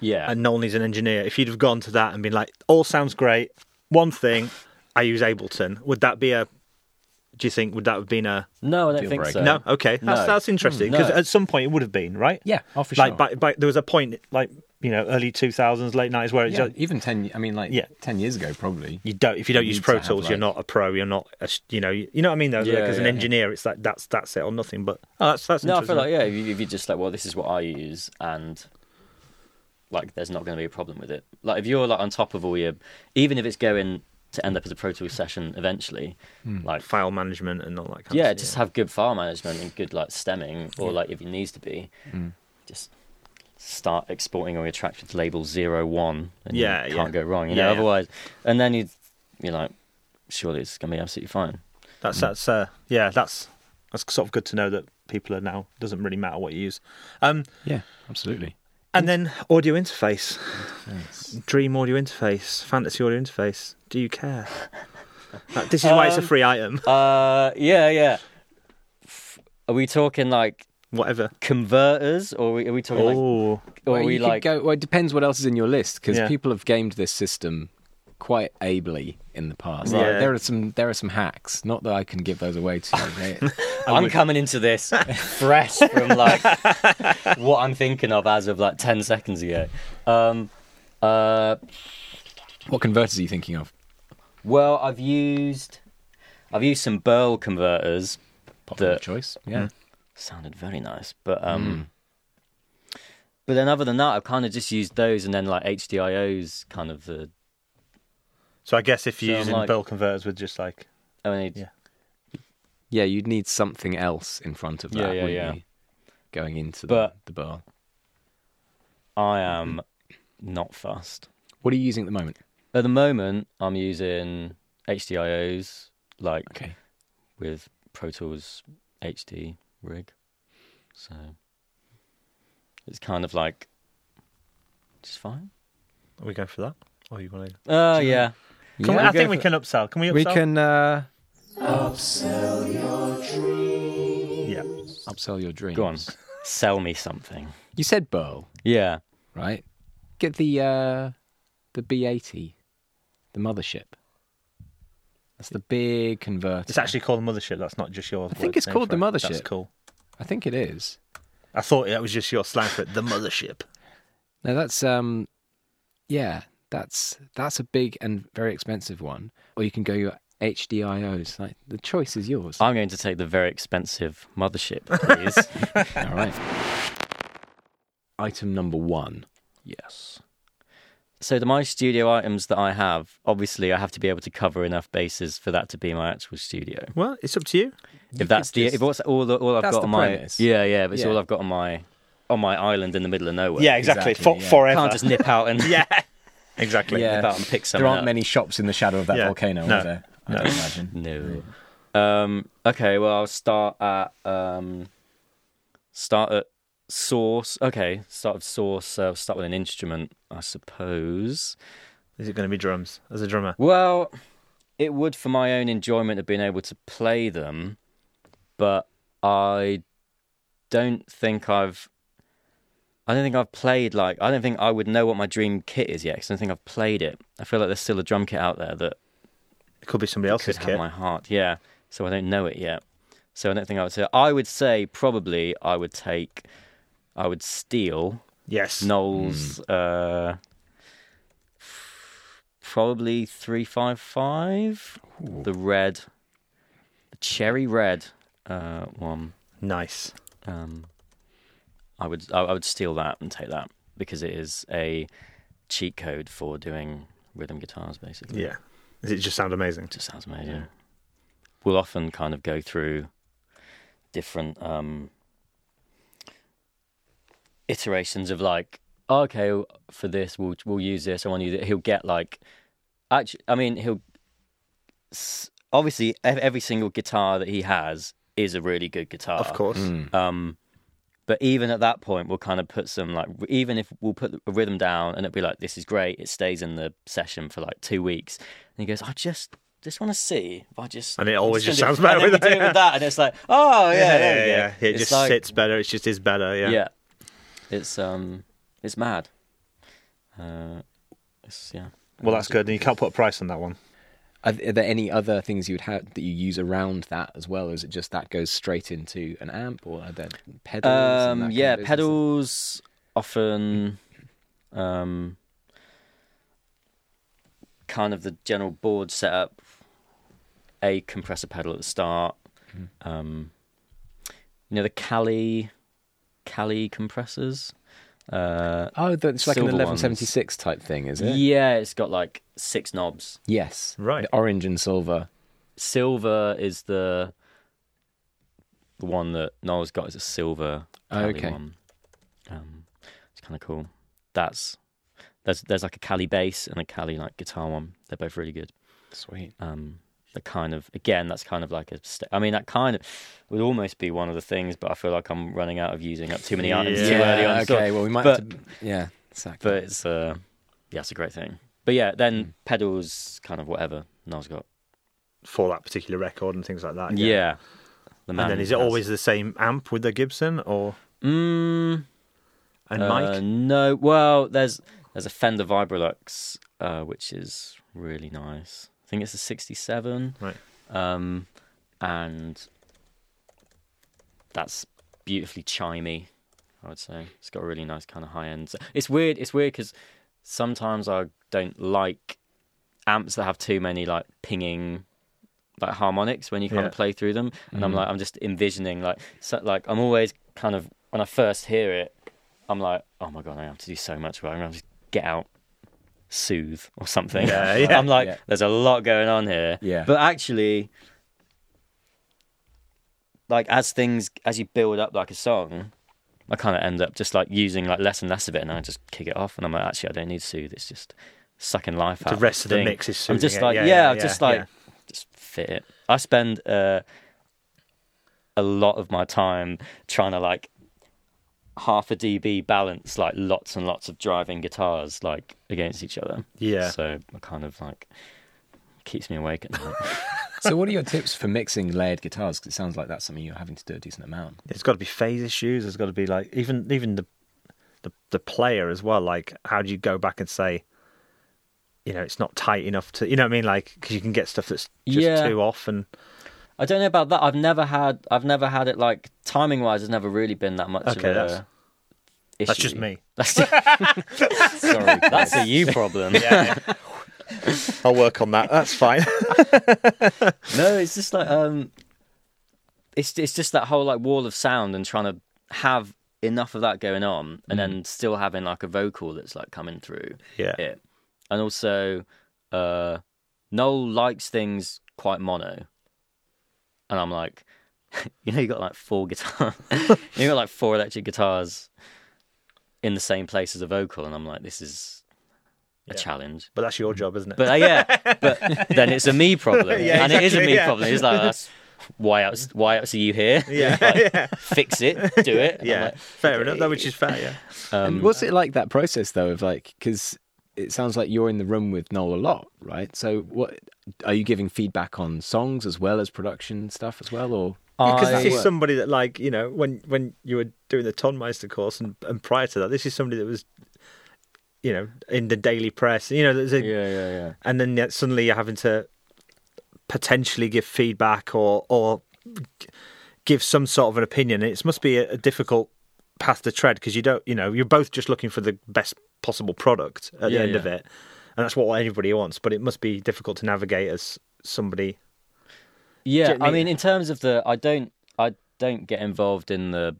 Speaker 3: Yeah,
Speaker 1: and Noel needs an engineer, if you'd have gone to that and been like, "All sounds great. One thing, I use Ableton." Would that be a? Do you think would that have been a?
Speaker 3: no, I don't
Speaker 2: Deal
Speaker 3: think
Speaker 2: breaker.
Speaker 3: so.
Speaker 1: No. Okay. That's,
Speaker 3: No.
Speaker 1: that's interesting
Speaker 3: No.
Speaker 1: because at some point it would have been right.
Speaker 2: Mm, Yeah, oh, for
Speaker 1: like
Speaker 2: sure.
Speaker 1: by, by, there was a point like you know early two thousands, late nineties where it
Speaker 2: yeah,
Speaker 1: just,
Speaker 2: even 10, I mean, like
Speaker 1: Yeah.
Speaker 2: 10 years ago, probably.
Speaker 1: you don't if you don't
Speaker 2: You
Speaker 1: use
Speaker 2: need
Speaker 1: Pro
Speaker 2: to have,
Speaker 1: Tools, you're
Speaker 2: like-
Speaker 1: not a pro. You're not a, s- you know you, you know what I mean though.
Speaker 3: Yeah,
Speaker 1: like, as an
Speaker 3: yeah.
Speaker 1: engineer, it's like that's that's it or nothing. But oh, that's that's
Speaker 3: No, I feel
Speaker 1: interesting.
Speaker 3: like yeah, if you, if you just like, well, this is what I use, and like, there's not going to be a problem with it. Like, if you're like on top of all your, even if it's going to end up as a Pro Tools session eventually,
Speaker 1: Hmm.
Speaker 3: like,
Speaker 1: file management and all that kind
Speaker 3: yeah,
Speaker 1: of
Speaker 3: just have good file management and good like stemming, or like if it needs to be,
Speaker 1: Hmm.
Speaker 3: just start exporting all your tracks with label zero one, and
Speaker 1: Yeah,
Speaker 3: you
Speaker 1: yeah.
Speaker 3: can't go wrong. You
Speaker 1: Yeah,
Speaker 3: know,
Speaker 1: yeah.
Speaker 3: otherwise, and then you you're like, surely it's going to be absolutely fine.
Speaker 1: That's that's uh, yeah, that's that's sort of good to know that people are now doesn't really matter what you use. Um,
Speaker 2: Yeah, absolutely.
Speaker 1: and then audio interface, dream audio interface, fantasy audio interface. Do you care? Uh, this is why it's a
Speaker 3: Um,
Speaker 1: free item.
Speaker 3: Uh, yeah, yeah. F- Are we talking like
Speaker 1: Whatever.
Speaker 3: converters, or are we, are we talking like,
Speaker 1: Oh,
Speaker 3: or
Speaker 2: well,
Speaker 3: are we
Speaker 2: you could
Speaker 3: like,
Speaker 2: go, well, it depends what else is in your list because
Speaker 1: Yeah.
Speaker 2: people have gamed this system quite ably in the past. Like,
Speaker 1: Yeah.
Speaker 2: there are some there are some hacks. Not that I can give those away to you. They-
Speaker 3: I'm coming into this fresh from like what I'm thinking of as of like 10 seconds ago. Um, uh,
Speaker 2: what converters are you thinking of?
Speaker 3: well, I've used, I've used some Burl converters.
Speaker 2: Popular
Speaker 3: The-
Speaker 2: choice. Yeah.
Speaker 3: Sounded very nice, but um,
Speaker 2: Hmm.
Speaker 3: but then other than that, I've kind of just used those, and then like HDIO's kind of the
Speaker 1: so I guess if you're
Speaker 3: So I'm
Speaker 1: using
Speaker 3: like-
Speaker 1: bill converters with just like
Speaker 3: I mean,
Speaker 1: Yeah.
Speaker 2: Yeah, you'd need something else in front of that.
Speaker 3: Yeah, yeah,
Speaker 2: wouldn't
Speaker 3: yeah.
Speaker 2: You? Going into
Speaker 3: But-
Speaker 2: the, the bar.
Speaker 3: I am not fussed.
Speaker 2: What are you using at the moment?
Speaker 3: At the moment, I'm using HDIOs like
Speaker 2: Okay.
Speaker 3: with Pro Tools HD rig, so it's kind of like just fine.
Speaker 1: Are we going for that? Or you want to?
Speaker 3: Oh yeah,
Speaker 1: Can we,
Speaker 3: we'll
Speaker 1: I think
Speaker 3: go
Speaker 1: we
Speaker 3: for-
Speaker 1: can upsell. Can we upsell?
Speaker 2: We can uh,
Speaker 1: Yeah.
Speaker 2: upsell your dreams.
Speaker 3: go on, sell me something.
Speaker 2: You said Burl,
Speaker 3: Yeah,
Speaker 2: right? Get the uh, the B80, the mothership. That's the big converter.
Speaker 1: It's actually called the mothership. That's not just your.
Speaker 2: I think
Speaker 1: like,
Speaker 2: it's
Speaker 1: name
Speaker 2: called
Speaker 1: for
Speaker 2: the
Speaker 1: it. That's
Speaker 2: mothership.
Speaker 1: cool.
Speaker 2: I think it is.
Speaker 1: I thought that was just your slang for it. The mothership.
Speaker 2: No, that's um, yeah, that's that's a big and very expensive one. Or you can go your HDIOs. Like the choice is yours.
Speaker 3: I'm going to take the very expensive mothership, please.
Speaker 2: All right. Item number one.
Speaker 3: Yes. So the my studio items that I have, obviously I have to be able to cover enough bases for that to be my actual studio.
Speaker 1: Well, it's up to you.
Speaker 3: if that's the
Speaker 2: just-
Speaker 3: if what's all the, all I've
Speaker 2: That's
Speaker 3: got
Speaker 2: the
Speaker 3: on my
Speaker 2: premise.
Speaker 3: yeah yeah, but it's
Speaker 2: Yeah.
Speaker 3: all I've got on my on my island in the middle of nowhere.
Speaker 1: Yeah, exactly.
Speaker 2: Exactly,
Speaker 1: For,
Speaker 2: yeah.
Speaker 1: Forever.
Speaker 3: can't just nip out and
Speaker 1: yeah. Exactly.
Speaker 3: nip out and pick something.
Speaker 2: There aren't
Speaker 3: up.
Speaker 2: many shops in the shadow of that
Speaker 1: Yeah.
Speaker 2: volcano,
Speaker 1: No.
Speaker 2: are there? I
Speaker 1: No.
Speaker 2: don't imagine.
Speaker 3: No. Um, okay, well I'll start at um, start at source. Okay, start with source. So I'll start with an instrument, I suppose.
Speaker 1: Is it going to be drums as a drummer?
Speaker 3: Well, it would for my own enjoyment of being able to play them, but I don't think I've I don't think I've played like I don't think I would know what my dream kit is yet. 'cause I don't think I've played it. I feel like there's still a drum kit out there that
Speaker 1: It could be somebody else's
Speaker 3: could
Speaker 1: kit.
Speaker 3: have my heart. Yeah. So I don't know it yet. So I don't think I would say. I would say probably I would take. I would steal
Speaker 1: Yes.
Speaker 3: Knowles. Uh, probably three five five. The red, the cherry red uh, one.
Speaker 1: Nice.
Speaker 3: Um, I would I, I would steal that and take that because it is a cheat code for doing rhythm guitars basically.
Speaker 1: Yeah. Does It just sound amazing.
Speaker 3: It just sounds amazing. We'll often kind of go through different um, iterations of like, oh, okay, for this we'll we'll use this. I want to use it. He'll get like, actually, I mean, he'll s- obviously ev- every single guitar that he has is a really good guitar,
Speaker 1: Of course.
Speaker 3: um, but even at that point, we'll kind of put some like, even if we'll put a rhythm down and it'll be like, this is great. It stays in the session for like two weeks. And he goes, I just, just want to see if I just.
Speaker 1: And it always
Speaker 3: I'm
Speaker 1: just
Speaker 3: gonna
Speaker 1: sounds
Speaker 3: do-
Speaker 1: better
Speaker 3: and then
Speaker 1: with
Speaker 3: we do
Speaker 1: that,
Speaker 3: it
Speaker 1: yeah.
Speaker 3: with that. And it's like, oh, yeah,
Speaker 1: Yeah,
Speaker 3: there
Speaker 1: yeah,
Speaker 3: we go.
Speaker 1: yeah. It
Speaker 3: It's
Speaker 1: just
Speaker 3: like-
Speaker 1: sits better. It just is better. Yeah.
Speaker 3: Yeah. It's, um, it's mad. Uh, it's, yeah.
Speaker 1: Well, that's good. And you can't put a price on that one.
Speaker 2: Are, th- are there any other things you would have that you use around that as well? Or is it just that goes straight into an amp, or are there pedals? and that
Speaker 3: Um,
Speaker 2: kind
Speaker 3: yeah,
Speaker 2: of business?
Speaker 3: pedals often, um, kind of the general board setup, a compressor pedal at the start.
Speaker 2: Hmm.
Speaker 3: Um, you know the Cali, Cali compressors. Uh,
Speaker 2: Oh, the- it's like an
Speaker 3: silver
Speaker 2: 1176 type thing, is it?
Speaker 3: yeah, it's got like six knobs.
Speaker 2: Yes.
Speaker 1: Right.
Speaker 2: The orange and silver.
Speaker 3: Silver is the the one that Noel's got is a silver
Speaker 2: Oh,
Speaker 3: Cali
Speaker 2: okay.
Speaker 3: one. Um, it's kind of cool. That's there's there's like a Cali bass and a Cali like guitar one. They're both really good.
Speaker 2: Sweet.
Speaker 3: Um, the kind of again that's kind of like a st- I mean that kind of would almost be one of the things, but I feel like I'm running out of using up too many items
Speaker 1: Yeah.
Speaker 3: too early on. so-
Speaker 2: okay. Well, we might.
Speaker 3: but-
Speaker 2: have to, yeah. Exactly.
Speaker 3: but it's uh, yeah, it's a great thing. But yeah, then
Speaker 1: Hmm.
Speaker 3: pedals, kind of whatever Noel's got.
Speaker 1: For that particular record and things like that.
Speaker 3: Yeah. The man
Speaker 1: And then is it
Speaker 3: has-
Speaker 1: always the same amp with the Gibson or
Speaker 3: Mm,
Speaker 1: and
Speaker 3: uh,
Speaker 1: mic?
Speaker 3: No, well, there's there's a Fender Vibrolux, uh, which is really nice. I think it's a '67,
Speaker 1: Right.
Speaker 3: um, and that's beautifully chimey. I would say it's got a really nice kind of high end. It's weird. It's weird because sometimes I don't like amps that have too many like pinging like harmonics when you kind
Speaker 1: Yeah. Mm.
Speaker 3: of play through them and i'm like i'm just envisioning like so, like i'm always kind of when i first hear it i'm like oh my god i have to do so much work i'm gonna just get out soothe or something
Speaker 1: Yeah, yeah.
Speaker 3: i'm like
Speaker 2: Yeah.
Speaker 3: there's a lot going on here
Speaker 2: Yeah.
Speaker 3: but actually like as things as you build up like a song i kind of end up just like using like less and less of it and i just kick it off and i'm like actually i don't need soothe it's just sucking life out
Speaker 1: The
Speaker 3: of
Speaker 1: rest of the
Speaker 3: thing.
Speaker 1: mix is
Speaker 3: i'm just
Speaker 1: soothing it.
Speaker 3: like
Speaker 1: Yeah,
Speaker 3: yeah,
Speaker 1: yeah,
Speaker 3: i'm
Speaker 1: yeah,
Speaker 3: just like
Speaker 1: yeah.
Speaker 3: just fit it i spend uh a lot of my time trying to like half a dB balance like lots and lots of driving guitars like against each other.
Speaker 1: Yeah.
Speaker 3: So I kind of like keeps me awake at night.
Speaker 2: so, what are your tips for mixing layered guitars? Because it sounds like that's something you're having to do a decent amount.
Speaker 1: There's got to be phase issues. There's got to be like even even the, the the player as well. Like how do you go back and say, you know, it's not tight enough to you know what I mean? Like because you can get stuff that's just
Speaker 3: Yeah.
Speaker 1: too off and
Speaker 3: I don't know about that. I've never had I've never had it like timing wise it's never really been that much
Speaker 1: Okay,
Speaker 3: of a
Speaker 1: that's-
Speaker 3: issue.
Speaker 1: that's just me.
Speaker 3: That's,
Speaker 2: Sorry.
Speaker 3: that's a you problem.
Speaker 1: I'll work on that. That's fine.
Speaker 3: No, it's just like um, it's it's just that whole like wall of sound and trying to have enough of that going on,
Speaker 1: Mm.
Speaker 3: and then still having like a vocal that's like coming through
Speaker 1: yeah.
Speaker 3: it, and also uh, Noel likes things quite mono, and I'm like, you know, you got like four guitars, you got like four electric guitars in the same place as a vocal, and I'm like, this is a challenge.
Speaker 1: But that's your job, isn't it?
Speaker 3: But uh, yeah, but then it's a me problem,
Speaker 1: Yeah,
Speaker 3: and it is a
Speaker 1: exactly,
Speaker 3: me
Speaker 1: yeah.
Speaker 3: problem. It's like that's why else? Why else are you here?
Speaker 1: yeah.
Speaker 3: Like,
Speaker 1: yeah.
Speaker 3: fix it, do it. And I'm
Speaker 1: Yeah.
Speaker 3: like,
Speaker 1: fair enough. That which is fair. Yeah.
Speaker 3: Um,
Speaker 2: and what's it like that process though? Of like, because it sounds like you're in the room with Noel a lot, right? So, what are you giving feedback on songs as well as production stuff as well, or
Speaker 1: Because
Speaker 3: I-
Speaker 1: this is somebody that, like, you know, when when you were doing the Tonmeister course and, and prior to that, this is somebody that was, you know, in the daily press. You know, there's a,
Speaker 3: yeah, yeah, yeah.
Speaker 1: and then yet suddenly you're having to potentially give feedback or or g- give some sort of an opinion. It must be a, a difficult path to tread because you don't, you know, you're both just looking for the best possible product at
Speaker 3: Yeah,
Speaker 1: the end
Speaker 3: yeah.
Speaker 1: of it, and that's what anybody wants. But it must be difficult to navigate as somebody. Do
Speaker 3: Yeah,
Speaker 1: you know what I
Speaker 3: I
Speaker 1: mean?
Speaker 3: mean, in terms of the, I don't, I don't get involved in the,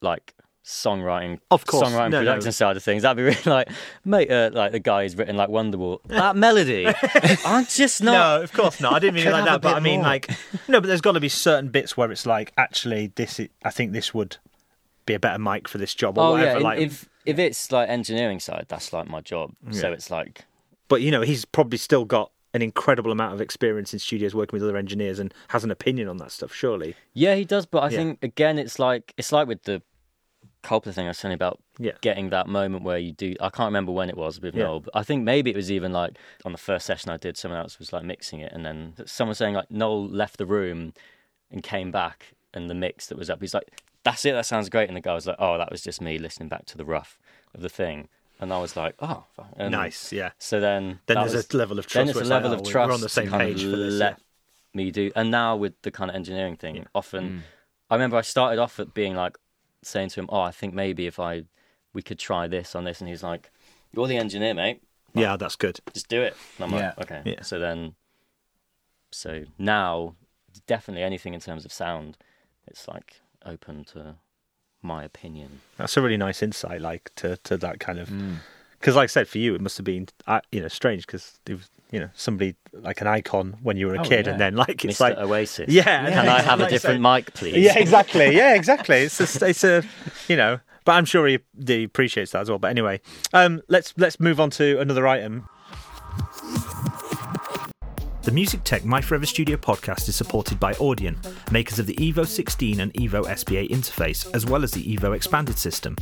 Speaker 3: like, songwriting,
Speaker 1: Of course,
Speaker 3: songwriting
Speaker 1: no, no.
Speaker 3: production side of things. That'd be really like, mate, uh, like the guy who's written like Wonderwall. That melody, I'm just not.
Speaker 1: of course not. I didn't mean it
Speaker 3: Could
Speaker 1: like
Speaker 3: have a
Speaker 1: that, but
Speaker 3: bit
Speaker 1: I mean
Speaker 3: more.
Speaker 1: like no. But there's got to be certain bits where it's like actually this. Is, I think this would be a better mic for this job or
Speaker 3: oh
Speaker 1: whatever.
Speaker 3: yeah, in-
Speaker 1: like,
Speaker 3: if if it's like engineering side, that's like my job. So it's like,
Speaker 1: but you know he's probably still got an incredible amount of experience in studios working with other engineers and has an opinion on that stuff surely
Speaker 3: yeah, he does, but I
Speaker 1: Yeah.
Speaker 3: think again, it's like it's like with the Coppola thing I was saying about
Speaker 1: yeah
Speaker 3: getting that moment where you do I can't remember when it was with
Speaker 1: Yeah.
Speaker 3: Noel, but I think maybe it was even like on the first session I did, someone else was like mixing it and then someone saying like Noel left the room and came back and the mix that was up, he's like, That's it, that sounds great and the guy was like, Oh, that was just me listening back to the rough of the thing and I was like, Oh fuck." And
Speaker 1: nice yeah
Speaker 3: So then
Speaker 1: then
Speaker 3: that
Speaker 1: there's
Speaker 3: was-
Speaker 1: a level of trust
Speaker 3: then it's
Speaker 1: where
Speaker 3: a
Speaker 1: like,
Speaker 3: level
Speaker 1: oh,
Speaker 3: of
Speaker 1: we-
Speaker 3: trust
Speaker 1: we're on the
Speaker 3: to
Speaker 1: same
Speaker 3: kind of
Speaker 1: page for this
Speaker 3: let
Speaker 1: yeah.
Speaker 3: me do and now with the kind of engineering thing often
Speaker 1: Mm.
Speaker 3: i remember i started off at being like saying to him oh i think maybe if i we could try this on this and he's like you're the engineer mate
Speaker 1: yeah that's good
Speaker 3: just do it and i'm
Speaker 2: Yeah.
Speaker 3: like okay
Speaker 1: Yeah.
Speaker 3: so then so now definitely anything in terms of sound it's like open to my opinion
Speaker 1: that's a really nice insight like to, to that kind of because like i said for you it must have been uh, you know strange because it was you know somebody like an icon when you were a
Speaker 2: Oh,
Speaker 1: kid
Speaker 2: yeah.
Speaker 1: and then like it's
Speaker 3: mr
Speaker 1: like
Speaker 3: oasis
Speaker 1: yeah
Speaker 3: can i have a
Speaker 1: Like, so-
Speaker 3: different mic please
Speaker 1: Yeah, exactly. Yeah, exactly. It's a, it's a, you know, but I'm sure he, he appreciates that as well. But anyway, um, let's let's move on to another item. The Music Tech My Forever Studio podcast is supported by Audion, makers of the Evo 16 and Evo SBA interface, as well as the Evo expanded system.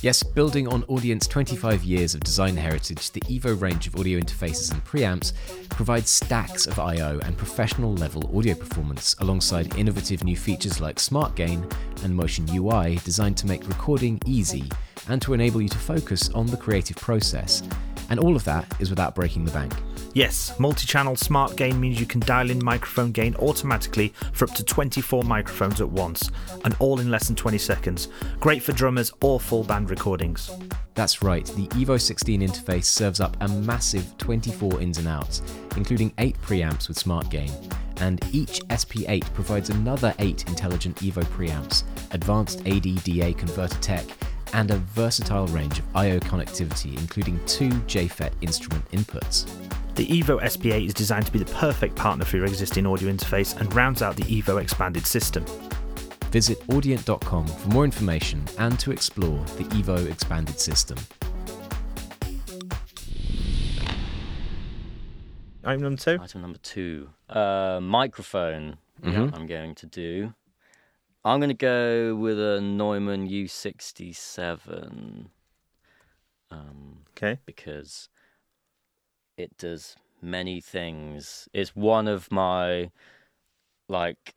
Speaker 2: Yes, building on Audience 25 years of design heritage, the Evo range of audio interfaces and preamps provides stacks of I/O and professional-level audio performance, alongside innovative new features like Smart Gain and Motion UI, designed to make recording easy and to enable you to focus on the creative process. And all of that is without breaking the bank.
Speaker 1: Yes, multi channel smart gain means you can dial in microphone gain automatically for up to 24 microphones at once, and all in less than 20 seconds. Great for drummers or full band recordings.
Speaker 2: That's right, the Evo 16 interface serves up a massive 24 ins and outs, including 8 preamps with Smart Gain, and each SP8 provides another 8 intelligent Evo preamps, advanced ADDA converter tech, and a versatile range of I/O connectivity, including two JFET instrument inputs.
Speaker 1: The Evo SP8 is designed to be the perfect partner for your existing audio interface and rounds out the Evo expanded system.
Speaker 2: Visit audient.com for more information and to explore the Evo expanded system.
Speaker 1: Item number two.
Speaker 3: Item number two, uh, microphone. I'm going to do. I'm going to go with a Neumann U67 um,
Speaker 1: Okay.
Speaker 3: because it does many things. It's one of my like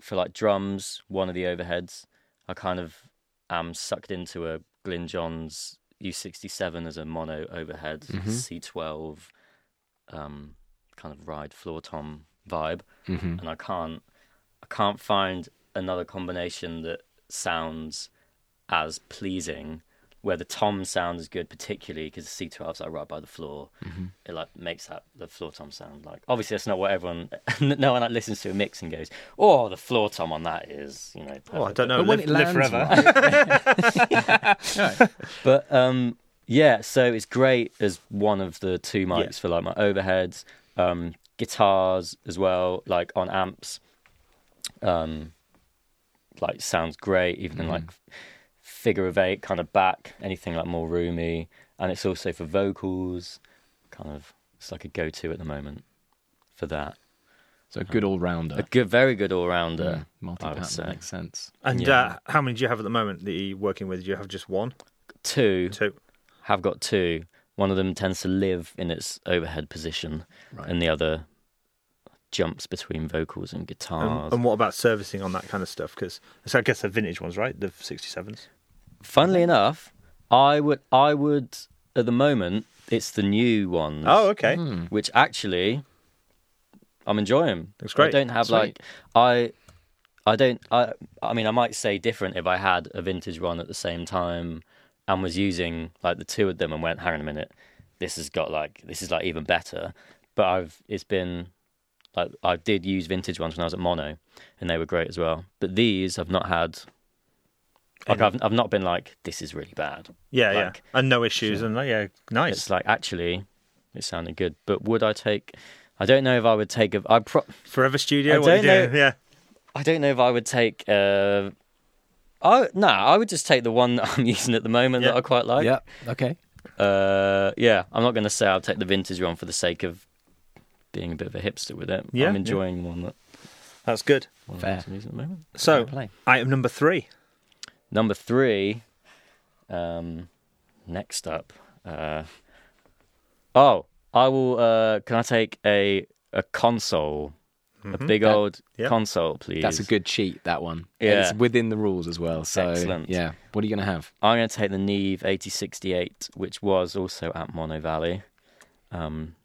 Speaker 3: for like drums, one of the overheads. I kind of am sucked into a Glyn Johns U67 as a mono overhead C12 um, kind of ride floor tom vibe, and I can't I can't find another combination that sounds as pleasing where the tom sound is good, particularly because the C12s are right by the floor. It like makes that the floor tom sound like obviously that's not what everyone no one like listens to a mix and goes, oh the floor tom on that is you know.
Speaker 1: Oh, I
Speaker 3: perfect."
Speaker 1: don't know.
Speaker 2: But when
Speaker 1: live,
Speaker 2: it
Speaker 1: live
Speaker 2: lands
Speaker 1: forever.
Speaker 3: But um, yeah, so it's great as one of the two mics
Speaker 1: Yeah.
Speaker 3: for like my overheads, um, guitars as well, like on amps. Um, like sounds great, even in like figure of eight kind of back, anything like more roomy, and it's also for vocals. Kind of, it's like a go-to at the moment for that.
Speaker 2: So a good
Speaker 3: A
Speaker 2: all-rounder.
Speaker 3: good, very good all-rounder. I would
Speaker 2: Uh, mm, Multi-pattern
Speaker 3: say
Speaker 2: makes sense.
Speaker 1: And
Speaker 3: Yeah.
Speaker 1: uh, how many do you have at the moment that you're working with? Do you have just one?
Speaker 3: two.
Speaker 1: Two.
Speaker 3: have got two. One of them tends to live in its overhead position,
Speaker 2: Right.
Speaker 3: and the other jumps between vocals and guitars.
Speaker 1: And, and what about servicing on that kind of stuff? Because so I guess the vintage ones, right? The 67s.
Speaker 3: Funnily enough, I would I would at the moment it's the new ones.
Speaker 1: Oh, okay.
Speaker 3: which actually I'm enjoying.
Speaker 1: Looks great.
Speaker 3: I don't have like I I don't I I mean I might say different if I had a vintage one at the same time and was using like the two of them and went, hang on a minute, this has got like this is like even better. But I've it's been like I did use vintage ones when I was at Mono and they were great as well. But these I've not had like I've I've not been like this is really bad.
Speaker 1: Yeah,
Speaker 3: Like-
Speaker 1: yeah. And no issues. And like, yeah, nice.
Speaker 3: It's like actually it sounded good, but would I take? I don't know if I would take a. I pro-
Speaker 1: Forever Studio.
Speaker 3: I
Speaker 1: what are you
Speaker 3: don't know-
Speaker 1: doing? Yeah.
Speaker 3: I don't know if I would take. Uh, I no, I would just take the one that I'm using at the moment
Speaker 1: Yeah.
Speaker 3: that I quite like.
Speaker 2: yeah. Okay.
Speaker 3: Uh, yeah, I'm not going to say I'll take the vintage one for the sake of being a bit of a hipster with it.
Speaker 1: Yeah,
Speaker 3: I'm
Speaker 1: yeah.
Speaker 3: enjoying one that
Speaker 1: That's good.
Speaker 3: one
Speaker 2: Fair.
Speaker 3: that's using at the moment.
Speaker 1: So,
Speaker 3: play.
Speaker 1: item number three.
Speaker 3: Number three. Um, next up. Uh, oh, I will. Uh, can I take a a console? A big old
Speaker 1: yeah.
Speaker 3: console, please.
Speaker 2: Mm-hmm. That's a good cheat. That one.
Speaker 3: Yeah.
Speaker 2: It's within the rules as well. So
Speaker 3: Excellent.
Speaker 2: yeah. What are you going to have?
Speaker 3: I'm going to take the Neve 8068, which was also at Mono Valley. Um,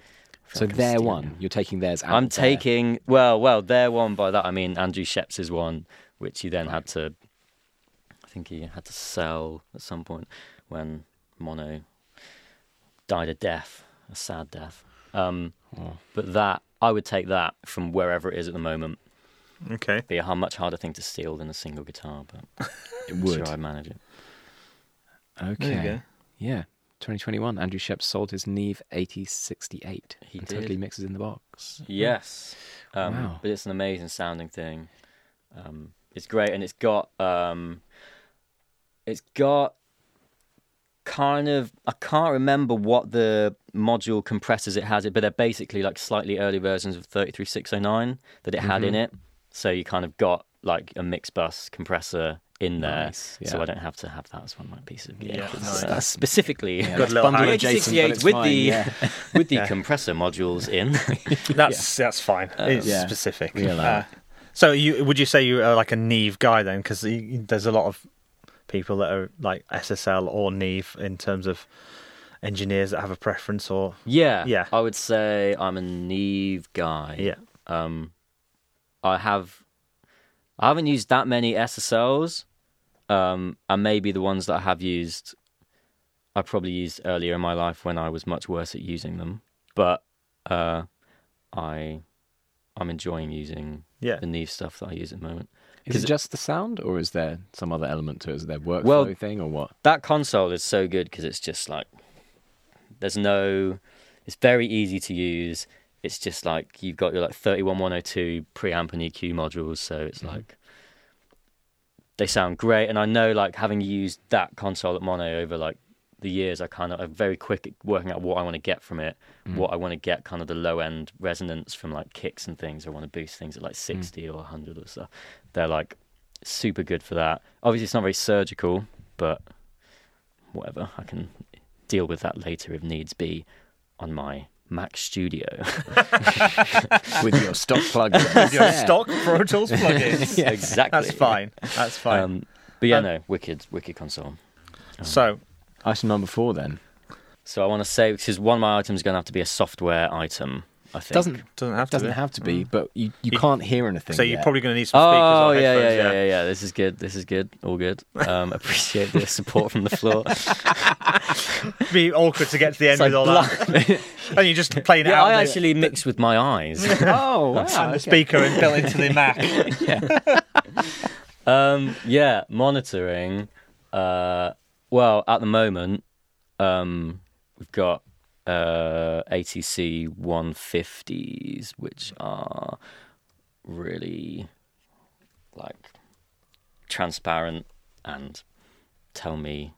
Speaker 3: I feel
Speaker 2: So
Speaker 3: like I'm
Speaker 2: their
Speaker 3: stealing
Speaker 2: one. You're taking theirs out.
Speaker 3: I'm
Speaker 2: of their-
Speaker 3: taking well, well, their one by that I mean Andrew Sheps's one, which he then had to. I think he had to sell at some point when Mono died a death, a sad death. Um, But that I would take that from wherever it is at the moment.
Speaker 1: Okay.
Speaker 3: Be a har- much harder thing to steal than a single guitar, but
Speaker 2: It
Speaker 3: I'm
Speaker 2: would.
Speaker 3: sure I'd manage it.
Speaker 2: Okay.
Speaker 1: There you go.
Speaker 2: Yeah. 2021. Andrew Shep sold his Neve 8068.
Speaker 3: He
Speaker 2: and
Speaker 3: did.
Speaker 2: totally mixes in the box.
Speaker 3: Yes. Um,
Speaker 2: Hmm. Wow.
Speaker 3: But it's an amazing sounding thing. Um, it's great, and it's got um, it's got kind of I can't remember what the module compressors it has, but they're basically like slightly early versions of 33609 that it had in
Speaker 2: Mm-hmm.
Speaker 3: it. So you kind of got like a mix bus compressor in there,
Speaker 2: Nice,
Speaker 3: so
Speaker 2: yeah.
Speaker 3: I don't have to have that as one like piece of gear.
Speaker 1: Yeah, nice.
Speaker 3: Uh, specifically.
Speaker 1: Good
Speaker 2: that's
Speaker 1: little
Speaker 2: bundle
Speaker 1: hack.
Speaker 2: adjacent, but it's
Speaker 3: with
Speaker 2: fine,
Speaker 3: the
Speaker 2: yeah.
Speaker 3: with the compressor modules in.
Speaker 1: That's that's fine.
Speaker 3: Uh,
Speaker 1: It's
Speaker 2: yeah.
Speaker 1: specific.
Speaker 2: We allow
Speaker 1: Uh, so, you would you say you are like a Neve guy then? Because there's a lot of people that are like SSL or Neve in terms of engineers that have a preference or
Speaker 3: Yeah.
Speaker 1: Yeah.
Speaker 3: I would say I'm a Neve guy.
Speaker 1: yeah.
Speaker 3: Um I have I haven't used that many SSLs. Um and maybe the ones that I have used I probably used earlier in my life when I was much worse at using them. But uh I I'm enjoying using
Speaker 1: Yeah.
Speaker 3: the Neve stuff that I use at the moment.
Speaker 2: Is it just the sound, or is there some other element to it? Is there workflow
Speaker 3: Well-
Speaker 2: thing, or what?
Speaker 3: that console is so good because it's just like there's no it's very easy to use it's just like you've got your like 31102 preamp and eq modules so it's like they sound great and i know like having used that console at mono over like the years i kind of i'm very quick at working out what i want to get from it what i want to get kind of the low end resonance from like kicks and things i want to boost things at like 60 or 100 or stuff they're like super good for that obviously it's not very surgical but whatever. I can deal with that later if needs be on my Mac Studio.
Speaker 2: With your stock plug. With
Speaker 1: Your stock Pro Tools plugins.
Speaker 3: yeah, exactly.
Speaker 1: That's fine. That's fine.
Speaker 3: Um, but yeah,
Speaker 1: Um,
Speaker 3: no, wicked, wicked console.
Speaker 1: so,
Speaker 2: Item number four, then.
Speaker 3: So I want to say because one of my items is going to have to be a software item. I think
Speaker 2: Doesn't
Speaker 1: Doesn't have to
Speaker 2: doesn't
Speaker 1: be.
Speaker 2: have to be, but you, you can't hear anything.
Speaker 1: so you're
Speaker 2: yet.
Speaker 1: probably going to need some speakers.
Speaker 3: Oh
Speaker 1: or
Speaker 3: yeah, yeah,
Speaker 1: headphones,
Speaker 3: yeah, yeah, yeah. This is good. This is good. All good. Um, appreciate the support from the floor.
Speaker 1: It'd be awkward to get to the end
Speaker 3: It's like
Speaker 1: with all that, and you're just playing it
Speaker 3: yeah,
Speaker 1: out.
Speaker 3: I
Speaker 1: there.
Speaker 3: actually Ah, mix with my eyes.
Speaker 2: Oh wow!
Speaker 1: And the speaker and built into the Mac.
Speaker 3: um, yeah, monitoring. Uh, well, at the moment, um, we've got uh, ATC 150s, which are really like transparent and tell me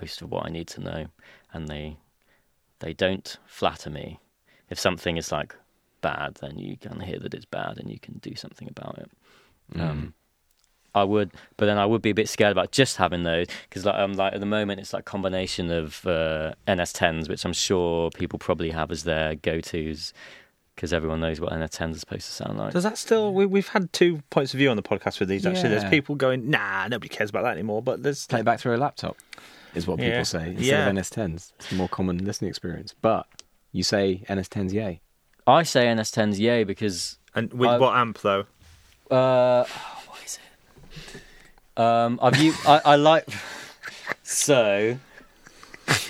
Speaker 3: most of what I need to know, and they they don't flatter me. If something is like bad, then you can hear that it's bad, and you can do something about it. Um, I would, but then I would be a bit scared about just having those because, like, um, like at the moment, it's like combination of uh, NS10s, which I'm sure people probably have as their go-to's because everyone knows what an attend's supposed to sound like.
Speaker 1: Does that still? We, we've had two points of view on the podcast with these. Actually,
Speaker 2: Yeah.
Speaker 1: there's people going, "Nah, nobody cares about that anymore." But there's
Speaker 2: Play it back through a laptop, is what people
Speaker 1: Yeah.
Speaker 2: say instead
Speaker 1: Yeah.
Speaker 2: of NS10s. It's a more common listening experience. But you say NS10s, yay.
Speaker 3: I say NS10s yay because
Speaker 1: and with
Speaker 3: I-
Speaker 1: what amp though?
Speaker 3: Uh, what is it? Um, I've u- I, I like so.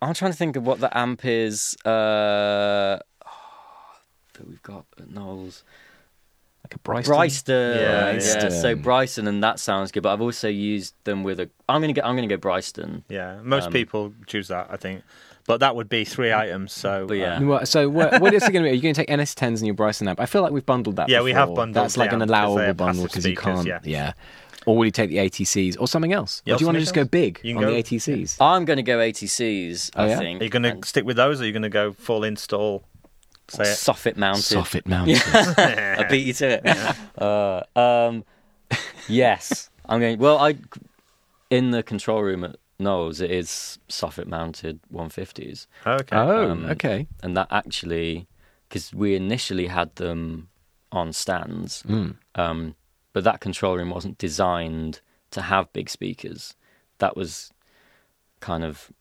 Speaker 3: I'm trying to think of what the amp is uh, that we've got at Knowles.
Speaker 2: Like a Bryce.
Speaker 3: Bryston,
Speaker 1: Yeah,
Speaker 3: yeah, So
Speaker 2: Bryston.
Speaker 3: Bryson, and that sounds good. But I've also used them with a. I'm gonna go. I'm gonna go Bryston.
Speaker 1: Yeah, most
Speaker 3: Um,
Speaker 1: people choose that, I think. But that would be three items. So um,
Speaker 3: But yeah.
Speaker 2: Well, so what, what is it going to be? Are you going to take NS10s and your Bryson amp? I feel like we've bundled that.
Speaker 1: Yeah, we have
Speaker 2: before.
Speaker 1: bundled
Speaker 2: That's like
Speaker 1: the
Speaker 2: an
Speaker 1: amp 'cause they
Speaker 2: allowable
Speaker 1: have
Speaker 2: bundle
Speaker 1: passive
Speaker 2: because you
Speaker 1: speakers,
Speaker 2: can't.
Speaker 1: yeah.
Speaker 2: Or will you take the ATCs or something else?
Speaker 1: Yeah,
Speaker 2: or do you want to
Speaker 1: something
Speaker 2: just go
Speaker 1: else.
Speaker 2: big
Speaker 1: You can
Speaker 2: on
Speaker 1: go-
Speaker 2: the ATCs?
Speaker 3: I'm gonna go ATCs.
Speaker 2: Oh,
Speaker 3: I
Speaker 2: yeah?
Speaker 3: think.
Speaker 1: are you going to stick with those? Or are you going to go full install? Say it.
Speaker 3: soffit mounted?
Speaker 2: Soffit mounted.
Speaker 3: I beat you to it. uh, um, yes, I'm going. Well, I in the control room at Knowles, it is soffit mounted 150s,
Speaker 1: Okay.
Speaker 2: Oh,
Speaker 3: Um,
Speaker 2: okay.
Speaker 3: and that actually because we initially had them on stands,
Speaker 2: Mm.
Speaker 3: um, but that control room wasn't designed to have big speakers. That was kind of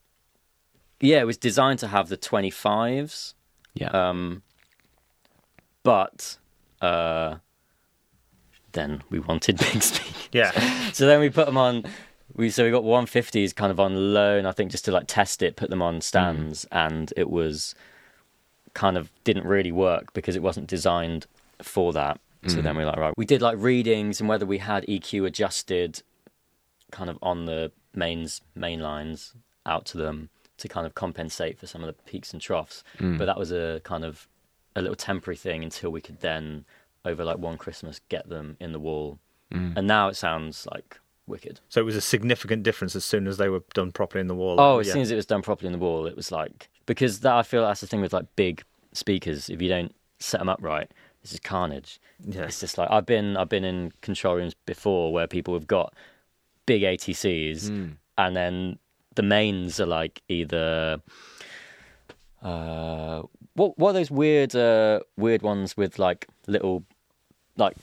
Speaker 3: yeah, it was designed to have the 25s.
Speaker 2: Yeah.
Speaker 3: Um, but uh, then we wanted big speakers.
Speaker 1: Yeah.
Speaker 3: So then we put them on. We so we got 150s kind of on loan, I think, just to like test it, put them on stands, and it was kind of didn't really work because it wasn't designed for that. So then we were like, right, we did like readings and whether we had EQ adjusted kind of on the mains main lines out to them to kind of compensate for some of the peaks and troughs. But that was a kind of a little temporary thing until we could then over like one Christmas get them in the wall. And now it sounds like wicked.
Speaker 1: So it was a significant difference as soon as they were done properly in the wall.
Speaker 3: Oh, as
Speaker 1: yeah.
Speaker 3: soon as it was done properly in the wall, it was like because that I feel that's the thing with like big speakers. If you don't set them up right, this is carnage.
Speaker 1: Yeah.
Speaker 3: It's just like I've been I've been in control rooms before where people have got big ATCs
Speaker 1: Hmm.
Speaker 3: and then the mains are like either uh what what are those weird uh weird ones with like little like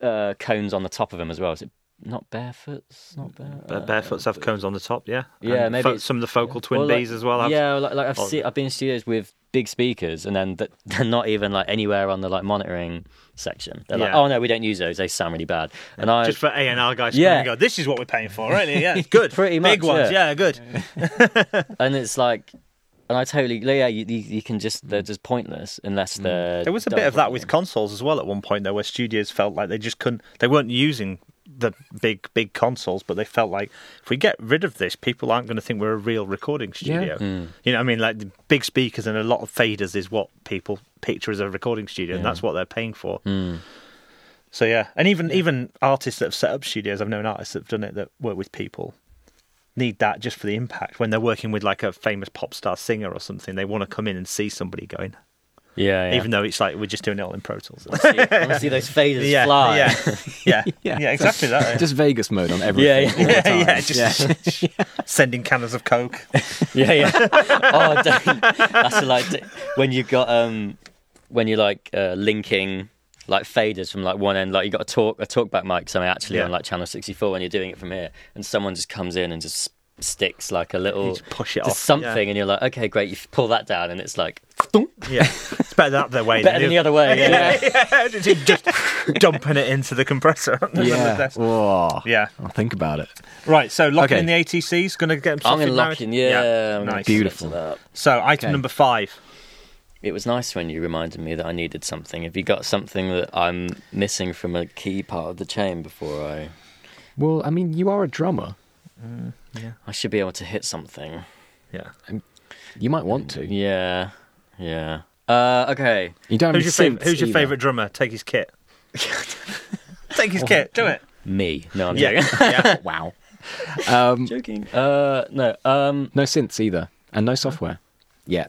Speaker 3: uh cones on the top of them as well? Is it not barefoots? Not bare.
Speaker 1: Ba- barefoots have cones on the top, yeah.
Speaker 3: Yeah,
Speaker 1: And
Speaker 3: maybe
Speaker 1: fo-
Speaker 3: it's-
Speaker 1: some of the focal twin
Speaker 3: like-
Speaker 1: bees as well. Have,
Speaker 3: Yeah, like, like I've
Speaker 1: Oh.
Speaker 3: seen, I've been in studios with big speakers, and then th- they're not even like anywhere on the like monitoring section. They're like,
Speaker 1: Yeah.
Speaker 3: oh no, we don't use those; they sound really bad. And I
Speaker 1: Just for A and R guys,
Speaker 3: Yeah.
Speaker 1: yeah. Go, this is what we're paying for, right? Yeah, it's good.
Speaker 3: Pretty
Speaker 1: big
Speaker 3: much,
Speaker 1: ones.
Speaker 3: yeah.
Speaker 1: Yeah, good.
Speaker 3: and it's like, and I totally yeah, you, you, you can just they're just pointless unless they're.
Speaker 1: Mm. There was a
Speaker 3: done
Speaker 1: bit of that
Speaker 3: properly.
Speaker 1: with consoles as well at one point, though, where studios felt like they just couldn't, they weren't using the big, big consoles, but they felt like if we get rid of this, people aren't going to think we're a real recording studio. You know, what I mean, like the big speakers and a lot of faders is what people picture as a recording studio, and that's what they're paying for. So yeah, and even even artists that have set up studios, I've known artists that have done it that work with people need that just for the impact when they're working with like a famous pop star singer or something. They want to come in and see somebody going,
Speaker 3: yeah, yeah.
Speaker 1: even though it's like we're just doing it all in Pro Tools.
Speaker 3: I wanna see- I want to see those faders
Speaker 1: yeah,
Speaker 3: fly.
Speaker 1: yeah, yeah,
Speaker 2: Yeah.
Speaker 1: yeah, exactly that. eh?
Speaker 2: Just Vegas mode on everything. all
Speaker 3: yeah.
Speaker 2: the
Speaker 1: yeah,
Speaker 2: time.
Speaker 1: yeah, just sending cannons of coke.
Speaker 3: Yeah, yeah. oh, don't. that's like d- when you got um, when you're like uh, linking like faders from like one end, like you got a talk a talkback mic somewhere actually
Speaker 1: Yeah.
Speaker 3: on like channel sixty four, and you're doing it from here, and someone just comes in and just sticks like a little
Speaker 1: just push it
Speaker 3: just
Speaker 1: off,
Speaker 3: something,
Speaker 1: yeah.
Speaker 3: and you're like, okay, great, you pull that down, and it's like
Speaker 1: Yeah, it's better that their way.
Speaker 3: better than the other way. Yeah, yeah.
Speaker 1: yeah, just dumping it into the compressor.
Speaker 2: Yeah. Whoa.
Speaker 1: yeah.
Speaker 2: I'll think about it.
Speaker 1: Right, so locking
Speaker 2: Okay.
Speaker 1: in the ATCs, going to get them
Speaker 3: I'm
Speaker 1: something
Speaker 3: gonna lock
Speaker 1: married?
Speaker 3: in. Yeah, I'm gonna
Speaker 1: nice.
Speaker 3: commit to
Speaker 2: Beautiful.
Speaker 3: that.
Speaker 1: So item
Speaker 2: Okay.
Speaker 1: number five.
Speaker 3: It was nice when you reminded me that I needed something. Have you got something that I'm missing from a key part of the chain before I?
Speaker 2: Well, I mean, you are a drummer.
Speaker 3: I should be able to hit something.
Speaker 1: Yeah.
Speaker 2: You might want to.
Speaker 3: Yeah, yeah. Uh, okay.
Speaker 2: You don't have
Speaker 1: Who's your
Speaker 2: any
Speaker 1: favorite?
Speaker 2: synths
Speaker 1: Who's your
Speaker 2: either.
Speaker 1: favorite drummer? Take his kit. Take his kit. Do it.
Speaker 3: Me. No, I'm
Speaker 1: Yeah. yeah.
Speaker 2: Wow. Um,
Speaker 3: joking. Uh, no. Um,
Speaker 2: no synths either, and no software. Yeah,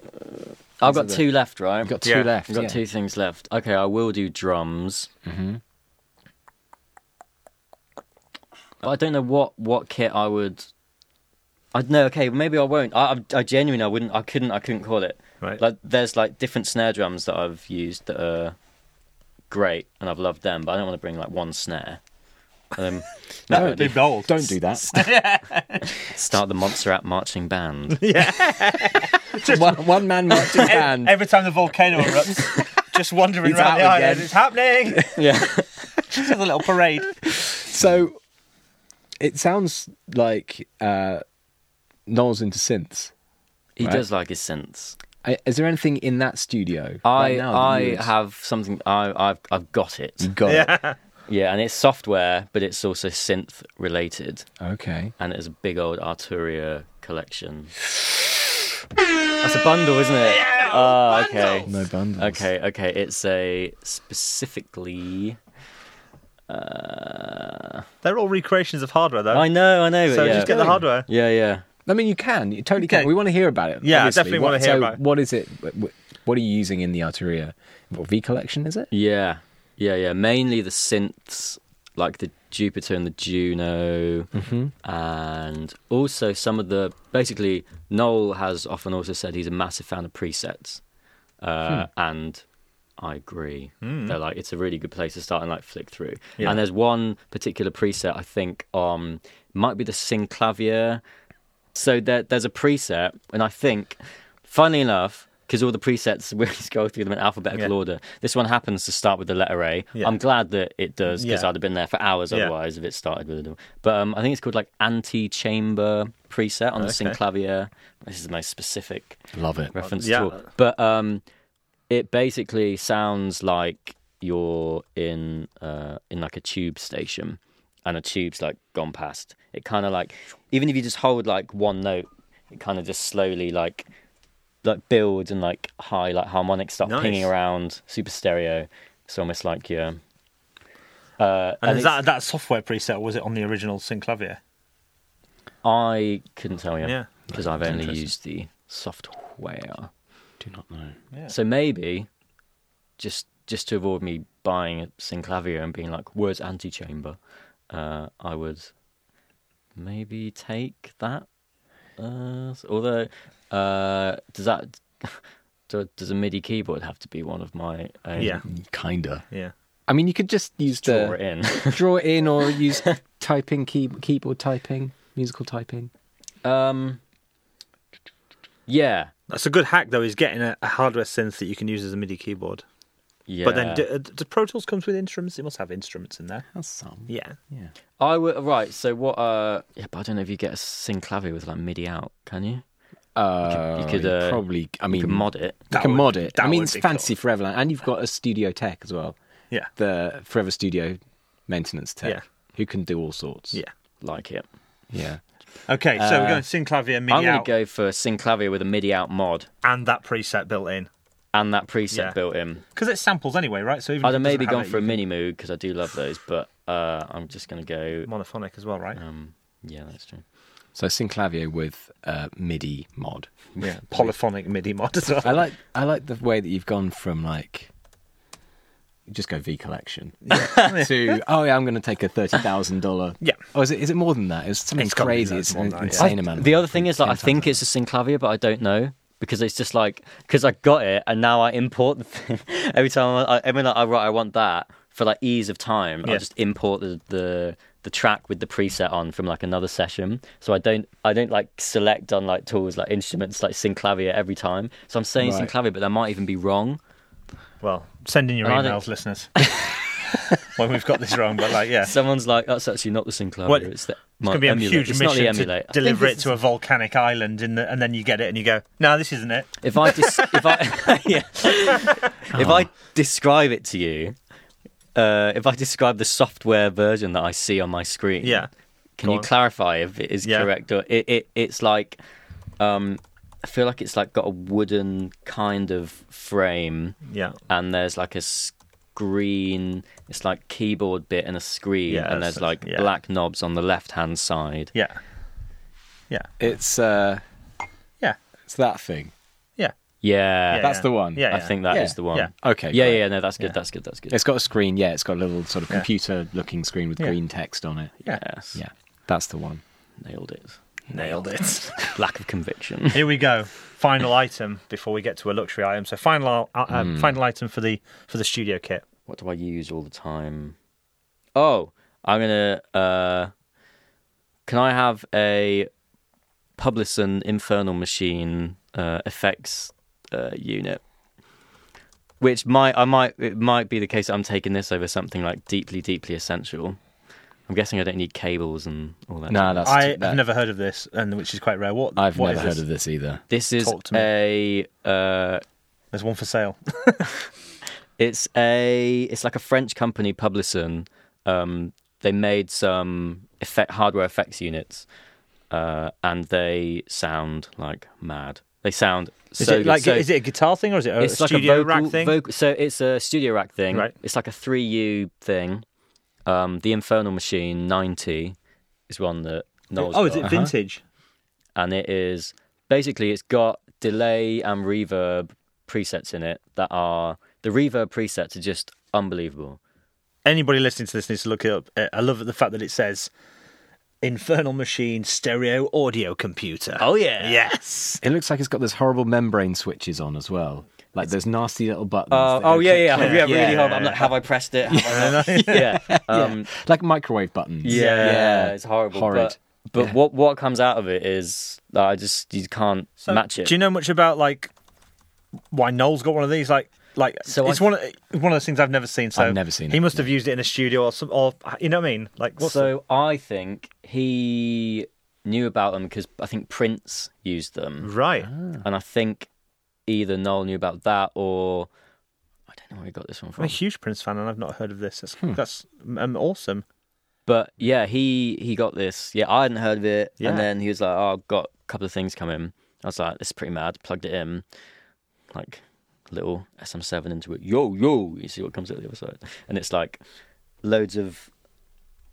Speaker 3: I've got
Speaker 2: Isn't
Speaker 3: two left, right?
Speaker 2: you've got two
Speaker 1: Yeah,
Speaker 2: left.
Speaker 3: I've got
Speaker 2: yeah.
Speaker 3: two things left. Okay, I will do drums. Mm-hmm. But I don't know what what kit I would. I no. Okay, maybe I won't. I I, I genuinely I wouldn't. I couldn't. I couldn't call it.
Speaker 1: Right.
Speaker 3: Like there's like different snare drums that I've used that are great and I've loved them, but I don't want to bring like one snare. Um,
Speaker 2: No,
Speaker 1: Be bold.
Speaker 2: don't do that.
Speaker 3: start the Montserrat marching band.
Speaker 2: one, one man marching band.
Speaker 1: Every time the volcano erupts, just wandering
Speaker 2: He's
Speaker 1: around
Speaker 2: out
Speaker 1: the island.
Speaker 2: again.
Speaker 1: It's happening.
Speaker 3: yeah.
Speaker 1: Just a little parade.
Speaker 2: So it sounds like uh, Noel's into synths.
Speaker 3: He
Speaker 2: Right.
Speaker 3: does like his synths.
Speaker 2: I, is there anything in that studio?
Speaker 3: I
Speaker 2: right now that you
Speaker 3: I
Speaker 2: use?
Speaker 3: have something I I've I've got it.
Speaker 2: got it.
Speaker 1: Yeah.
Speaker 3: Yeah, and it's software, but it's also synth related.
Speaker 2: Okay.
Speaker 3: and it's a big old Arturia collection. That's a bundle, isn't it? oh, okay.
Speaker 2: No bundles.
Speaker 3: Okay, okay. It's a specifically. Uh,
Speaker 1: They're all recreations of hardware, though.
Speaker 3: I know, I know. but
Speaker 1: so
Speaker 3: yeah.
Speaker 1: just get the hardware.
Speaker 3: Yeah, yeah.
Speaker 2: I mean, you can. You totally
Speaker 1: Okay.
Speaker 2: can. We want to hear about it.
Speaker 1: Yeah, I
Speaker 2: obviously.
Speaker 1: definitely
Speaker 2: What-
Speaker 1: wanna hear
Speaker 2: so
Speaker 1: about it.
Speaker 2: What is it? wh- wh- What are you using in the Arteria? What, v collection is it?
Speaker 3: Yeah, yeah, yeah. Mainly the synths, like the Jupiter and the Juno, and also some of the. Basically, Noel has often also said he's a massive fan of presets, uh, and I agree. They're like it's a really good place to start and like flick through.
Speaker 1: Hmm. Yeah.
Speaker 3: And there's one particular preset I think um might be the Synclavier. So there, there's a preset, and I think, funnily enough, because all the presets we always go through them in alphabetical
Speaker 1: Yeah.
Speaker 3: order, this one happens to start with the letter A.
Speaker 1: Yeah.
Speaker 3: am glad that it does because
Speaker 1: Yeah.
Speaker 3: I'd have been there for hours
Speaker 1: Yeah.
Speaker 3: otherwise if it started with it. But um, I think it's called like anti-chamber preset on the
Speaker 1: Okay.
Speaker 3: Synclavier. This is the most specific
Speaker 2: Love it.
Speaker 3: reference
Speaker 1: Yeah.
Speaker 3: at all. But um, it basically sounds like you're in uh, in like a tube station, and a tube's like gone past. It kind of like even if you just hold like one note, it kind of just slowly like like builds and like high like harmonics start
Speaker 1: Nice.
Speaker 3: pinging around. Super stereo. It's almost like you're. Uh,
Speaker 1: And, is
Speaker 3: it's-
Speaker 1: that that software preset, or was it on the original Synclavier?
Speaker 3: I couldn't tell you.
Speaker 1: Yeah.
Speaker 3: Because I've only
Speaker 1: Interesting.
Speaker 3: used the software. Do not know.
Speaker 1: Yeah.
Speaker 3: So maybe just just to avoid me buying a Synclavier and being like, where's antechamber? Uh, I would maybe take that. Uh, s- although, uh, does that do- does a MIDI keyboard have to be one of my own?
Speaker 1: Yeah.
Speaker 2: Kinda.
Speaker 1: Yeah.
Speaker 2: I mean, you could just use
Speaker 3: Draw
Speaker 2: the
Speaker 3: it in.
Speaker 2: draw it in or use typing key, keyboard typing, musical typing.
Speaker 3: um, yeah.
Speaker 1: That's a good hack, though, is getting a, a hardware synth that you can use as a MIDI keyboard.
Speaker 3: Yeah. Oh.
Speaker 1: But then, do, uh, does Pro Tools comes with instruments? It must have instruments in there.
Speaker 2: That's some.
Speaker 1: Yeah.
Speaker 2: Yeah.
Speaker 3: I would right. So what? uh Yeah, but I don't know if you get a synclavier with like MIDI out. Can you?
Speaker 2: Uh,
Speaker 3: you could, uh,
Speaker 2: probably. I
Speaker 3: You
Speaker 2: mean,
Speaker 3: can mod it.
Speaker 2: You
Speaker 1: That
Speaker 2: can
Speaker 1: would-
Speaker 2: mod it.
Speaker 1: that
Speaker 2: I mean,
Speaker 1: would
Speaker 2: it's
Speaker 1: be
Speaker 2: fancy for Everland, and you've got a studio tech as well.
Speaker 1: Yeah.
Speaker 2: The Forever Studio maintenance tech,
Speaker 1: Yeah.
Speaker 2: who can do all sorts.
Speaker 1: Yeah.
Speaker 3: Like it.
Speaker 2: yeah.
Speaker 1: Okay, so we're going Synclavier, MIDI
Speaker 3: Uh, I'm gonna
Speaker 1: out,
Speaker 3: go for synclavier with a MIDI out mod
Speaker 1: and that preset built in.
Speaker 3: and that preset
Speaker 1: Yeah.
Speaker 3: built in.
Speaker 1: Because it's samples anyway, right? So even
Speaker 3: I'd
Speaker 1: if
Speaker 3: have
Speaker 1: it doesn't
Speaker 3: maybe
Speaker 1: have
Speaker 3: gone
Speaker 1: it,
Speaker 3: for a
Speaker 1: you
Speaker 3: mini moog because I do love those. But uh I'm just gonna go.
Speaker 1: can- monophonic as well, right?
Speaker 3: Um, yeah, that's true.
Speaker 2: So Synclavier with uh, MIDI mod.
Speaker 1: Yeah, polyphonic MIDI mod as well.
Speaker 2: I like I like the way that you've gone from like just go V collection to oh yeah I'm going to take a thirty thousand dollar
Speaker 1: Yeah.
Speaker 2: oh is it is it more than that it's something
Speaker 1: It's gotta be
Speaker 2: crazy
Speaker 1: loads
Speaker 2: it's
Speaker 1: more
Speaker 2: an
Speaker 1: than that, yeah.
Speaker 2: insane amount of
Speaker 3: The
Speaker 2: money
Speaker 3: other
Speaker 2: for
Speaker 3: thing is like I
Speaker 2: 10,000.
Speaker 3: think it's a synclavier, but I don't know because it's just like because I got it and now I import the thing every time I, I every night I write I want that for like ease of time. I
Speaker 1: Yeah.
Speaker 3: just import the, the the track with the preset on from like another session, so I don't I don't like select on like tools like instruments like synclavier every time. So I'm saying
Speaker 2: Right.
Speaker 3: synclavier, but that might even be wrong.
Speaker 1: Well, send in your
Speaker 3: And I don't-
Speaker 1: emails, listeners, when we've got this wrong. But like, yeah,
Speaker 3: Someone's like that's actually not the synclavier.
Speaker 1: What-
Speaker 3: it's the
Speaker 1: It's going to be a huge
Speaker 3: it's not the
Speaker 1: mission
Speaker 3: emulator.
Speaker 1: to deliver it to a volcanic island, in the, and then you get it and you go, no, this isn't it.
Speaker 3: If I dis- if I yeah. if I describe it to you, uh, if I describe the software version that I see on my screen,
Speaker 1: Yeah.
Speaker 3: can
Speaker 1: go
Speaker 3: you
Speaker 1: on.
Speaker 3: clarify if it is
Speaker 1: Yeah.
Speaker 3: correct or it, it it's like um, I feel like it's like got a wooden kind of frame
Speaker 1: Yeah.
Speaker 3: and there's like a screen. It's like keyboard bit and a screen,
Speaker 1: Yeah,
Speaker 3: and
Speaker 1: that's-
Speaker 3: there's like
Speaker 1: yeah.
Speaker 3: black knobs on the left hand side.
Speaker 1: Yeah. Yeah.
Speaker 2: it's uh
Speaker 1: Yeah.
Speaker 2: it's that thing
Speaker 1: Yeah.
Speaker 3: Yeah,
Speaker 1: Yeah,
Speaker 2: that's
Speaker 1: yeah.
Speaker 2: the one.
Speaker 1: Yeah.
Speaker 3: I think that is
Speaker 2: Yeah.
Speaker 3: the one.
Speaker 1: Yeah.
Speaker 2: okay
Speaker 3: yeah,
Speaker 2: great.
Speaker 3: yeah, no, that's good, that's good, that's good.
Speaker 2: It's got a screen, yeah. It's got a little sort of
Speaker 1: Yeah.
Speaker 2: computer looking screen with
Speaker 1: Yeah.
Speaker 2: green text on it.
Speaker 1: Yeah.
Speaker 3: yes.
Speaker 2: Yeah, that's the one.
Speaker 3: Nailed it.
Speaker 1: Nailed it.
Speaker 3: Lack of conviction.
Speaker 1: Here we go. Final item before we get to a luxury item. So final uh, uh,
Speaker 3: Hmm.
Speaker 1: final item for the for the studio kit.
Speaker 3: what do I use all the time? Oh, I'm gonna. Uh, can I have a Publison Infernal Machine uh, effects uh, unit? Which might I might it might be the case that I'm taking this over something like deeply deeply essential. I'm guessing I don't need cables and all that.
Speaker 2: Nah,
Speaker 3: jazz.
Speaker 2: that's
Speaker 1: I
Speaker 2: that-
Speaker 1: have never heard of this, and which is quite rare. What
Speaker 2: I've
Speaker 1: what
Speaker 2: never
Speaker 1: is
Speaker 2: heard
Speaker 1: this?
Speaker 2: of this either.
Speaker 3: this is
Speaker 1: Talk to me.
Speaker 3: a uh,
Speaker 1: There's one for sale.
Speaker 3: It's a it's like a French company, Publison. Um, they made some effect hardware effects units, uh, and they sound like mad. They sound
Speaker 1: Is
Speaker 3: so
Speaker 1: it
Speaker 3: good.
Speaker 1: like
Speaker 3: So
Speaker 1: is it a guitar thing or is it a
Speaker 3: it's like
Speaker 1: studio
Speaker 3: a vocal,
Speaker 1: rack thing?
Speaker 3: vocal- so it's a studio rack thing.
Speaker 1: Right.
Speaker 3: It's like a three U thing. Um, the Infernal Machine ninety is one that Noel's
Speaker 1: oh, is
Speaker 3: got
Speaker 1: it vintage?
Speaker 3: and it is basically it's got delay and reverb presets in it that are the reverb presets are just unbelievable.
Speaker 1: Anybody listening to this needs to look it up. Uh, I love the fact that it says Infernal Machine Stereo Audio Computer.
Speaker 3: Oh, yeah,
Speaker 1: yes.
Speaker 2: It looks like it's got those horrible membrane switches on as well. Like those nasty little buttons.
Speaker 3: Oh,
Speaker 2: that
Speaker 3: oh
Speaker 2: you
Speaker 3: yeah,
Speaker 2: click
Speaker 3: yeah, yeah,
Speaker 2: on.
Speaker 1: yeah,
Speaker 3: Really
Speaker 1: yeah.
Speaker 3: hard. I'm like, have I pressed it? Have I not? yeah. Um,
Speaker 2: Like microwave buttons.
Speaker 3: yeah. it's horrible.
Speaker 2: Horrid.
Speaker 3: But, but what what comes out of it is that I just you can't match it.
Speaker 1: Do you know much about like why Noel's got one of these? Like, like
Speaker 3: So
Speaker 1: it's
Speaker 3: I-
Speaker 1: one of one of those things I've never seen. So
Speaker 2: I've never seen
Speaker 1: He
Speaker 2: it,
Speaker 1: must have used it in a studio or some, or you know what I mean? Like, what's the-
Speaker 3: so I think he knew about them because I think Prince used them.
Speaker 1: right?
Speaker 3: And I think either Noel knew about that or I don't know where he got this one
Speaker 1: I'm a
Speaker 3: from.
Speaker 1: huge Prince fan, and I've not heard of this. That's
Speaker 3: Hmm.
Speaker 1: that's um, awesome.
Speaker 3: But yeah, he he got this. Yeah, I hadn't heard of it.
Speaker 1: Yeah.
Speaker 3: And then he was like, Oh, I've got a couple of things coming. I was like, This is pretty mad. Plugged it in. Like little SM7 into it. Yo, yo. You see what comes out the other side. And it's like loads of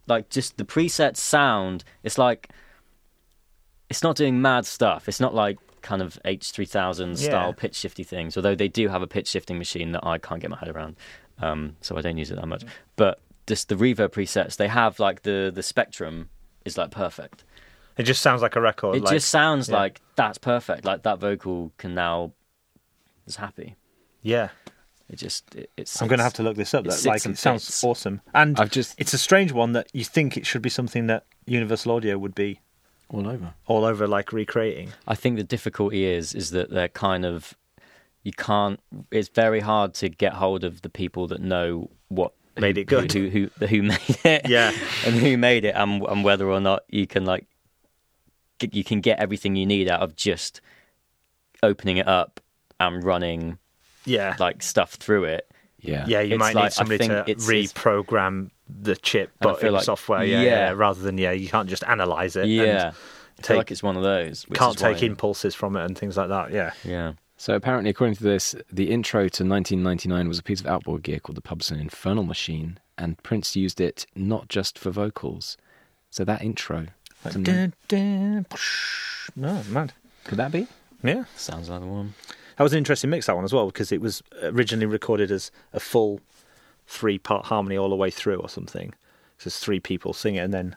Speaker 3: like just the preset sound. It's like it's not doing mad stuff. It's not like kind of H3000
Speaker 1: Yeah.
Speaker 3: style pitch shifty things, although they do have a pitch shifting machine that I can't get my head around. Um, so I don't use it that
Speaker 1: Mm.
Speaker 3: much. But just the reverb presets, they have like the, the spectrum is like perfect.
Speaker 1: It just sounds like a record.
Speaker 3: it
Speaker 1: like,
Speaker 3: just sounds
Speaker 1: yeah.
Speaker 3: like that's perfect. Like that vocal can now is happy.
Speaker 1: yeah.
Speaker 3: It just, it, it's.
Speaker 1: I'm going to have to look this up.
Speaker 3: it
Speaker 1: That
Speaker 3: sits
Speaker 1: like
Speaker 3: and
Speaker 1: it sounds
Speaker 3: fits.
Speaker 1: awesome, and
Speaker 2: I've just-
Speaker 1: it's a strange one that you think it should be something that Universal Audio would be
Speaker 2: All over.
Speaker 1: all over, like recreating.
Speaker 3: I think the difficulty is is that they're kind of you can't. It's very hard to get hold of the people that know what
Speaker 1: Made it good.
Speaker 3: who who, who, who made it,
Speaker 1: Yeah.
Speaker 3: and who made it, and and whether or not you can like get, you can get everything you need out of just opening it up and running
Speaker 1: Yeah,
Speaker 3: like stuff through it.
Speaker 2: Yeah.
Speaker 1: yeah. You
Speaker 3: it's
Speaker 1: might
Speaker 3: like- I
Speaker 1: need somebody
Speaker 3: think
Speaker 1: to
Speaker 3: it's- it's-
Speaker 1: reprogram the chip,
Speaker 3: And I
Speaker 1: but
Speaker 3: feel
Speaker 1: in
Speaker 3: like-
Speaker 1: software. Yeah, yeah.
Speaker 3: yeah.
Speaker 1: Rather than yeah, you can't just analyze it.
Speaker 3: Yeah,
Speaker 1: and
Speaker 3: I feel
Speaker 1: take-
Speaker 3: like it's one of those. which
Speaker 1: can't
Speaker 3: is why-
Speaker 1: take impulses from it and things like that. Yeah.
Speaker 3: Yeah.
Speaker 2: So apparently, according to this, the intro to 1999 was a piece of outboard gear called the Pubson Infernal Machine, and Prince used it not just for vocals. So that intro, to me-
Speaker 1: Dun, dun, psh. No, mad.
Speaker 2: could that be?
Speaker 1: Yeah,
Speaker 3: Sounds like the one.
Speaker 1: that was an interesting mix that one as well because it was originally recorded as a full three-part harmony all the way through or something. So it's three people sing it, and then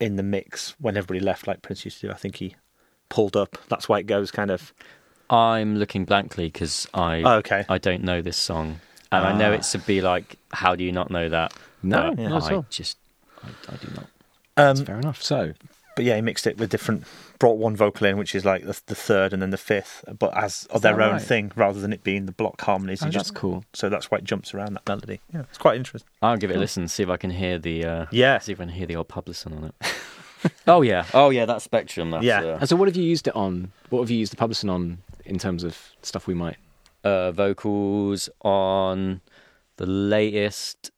Speaker 1: in the mix when everybody left, like Prince used to do, I think he pulled up. That's why it goes kind of.
Speaker 3: I'm looking blankly because I
Speaker 1: Oh, okay.
Speaker 3: I don't know this song, and I know it's to be like, how do you not know that?
Speaker 2: No,
Speaker 3: But
Speaker 2: not at
Speaker 3: I
Speaker 2: all.
Speaker 3: just I, I do not.
Speaker 1: Um,
Speaker 2: Fair enough. So
Speaker 1: but yeah, he mixed it with different. Brought one vocal in, which is like the, the third and then the fifth, but as
Speaker 2: Is
Speaker 1: their
Speaker 2: that
Speaker 1: own
Speaker 2: right?
Speaker 1: thing rather than it being the block harmonies.
Speaker 2: oh,
Speaker 1: He
Speaker 2: that's
Speaker 1: just-
Speaker 2: cool.
Speaker 1: So that's why it jumps around that melody. Yeah, it's quite interesting.
Speaker 3: I'll give it a listen. See if I can hear the. Uh,
Speaker 1: Yeah.
Speaker 3: See if I can hear the old Publison on it. oh yeah. Oh yeah. That spectrum. That's,
Speaker 1: Yeah.
Speaker 3: Uh,
Speaker 2: And so, what have you used it on? What have you used the Pubson on in terms of stuff we might?
Speaker 3: uh, vocals on the latest,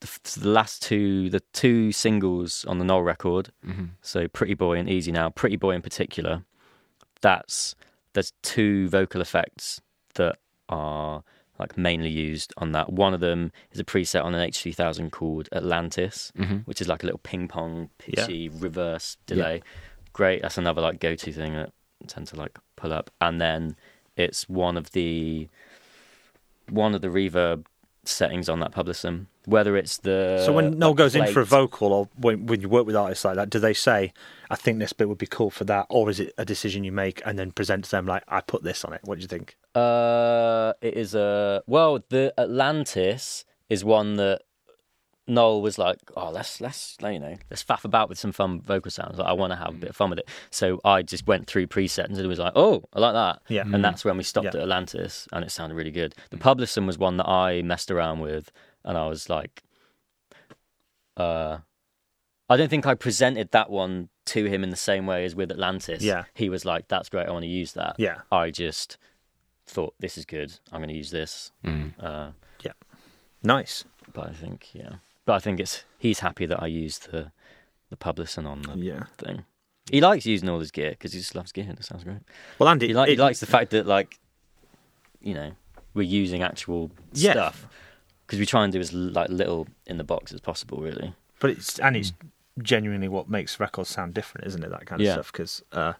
Speaker 3: the, f- the last two, the two singles on the Noel record.
Speaker 2: Mm-hmm.
Speaker 3: So Pretty Boy and Easy Now. Pretty Boy in particular. That's there's two vocal effects that are like mainly used on that. One of them is a preset on an H3000 called Atlantis,
Speaker 2: Mm-hmm.
Speaker 3: which is like a little ping pong pitchy reverse delay. Great, that's another like go-to thing that I tend to like pull up. And then it's one of the one of the reverb settings on that publicum. Whether it's the
Speaker 1: So when Noel
Speaker 3: the
Speaker 1: goes in for a
Speaker 3: plate-
Speaker 1: vocal, or when, when you work with artists like that, do they say, "I think this bit would be cool for that," or is it a decision you make and then present to them like, "I put this on it"? What do you think?
Speaker 3: Uh, it is a well. The Atlantis is one that Noel was like, oh, let's let's you know, let's faff about with some fun vocal sounds. Like, I want to have a bit of fun with it. So I just went through presets and it was like, oh, I like that.
Speaker 1: Yeah.
Speaker 3: And that's when we stopped
Speaker 1: Yeah. Mm.
Speaker 3: at Atlantis, and it sounded really good. The Publisum was one that I messed around with, and I was like, uh, I don't think I presented that one to him in the same way as with Atlantis.
Speaker 1: Yeah.
Speaker 3: He was like, that's great. I want to use that.
Speaker 1: Yeah.
Speaker 3: I just thought this is good. I'm going to use this. Uh,
Speaker 1: Nice.
Speaker 3: but I think yeah, but I think it's he's happy that I used the the publicin on the
Speaker 1: Yeah.
Speaker 3: thing. He likes using all his gear because he just loves gear. It sounds great.
Speaker 1: Well, Andy,
Speaker 3: He, like, he
Speaker 1: it-
Speaker 3: likes the fact that like you know we're using actual
Speaker 1: Yeah.
Speaker 3: stuff because we try and do as like little in the box as possible. Really,
Speaker 1: but it's and it's genuinely what makes records sound different, isn't it? That kind of
Speaker 3: Mm. Yeah.
Speaker 1: stuff because uh,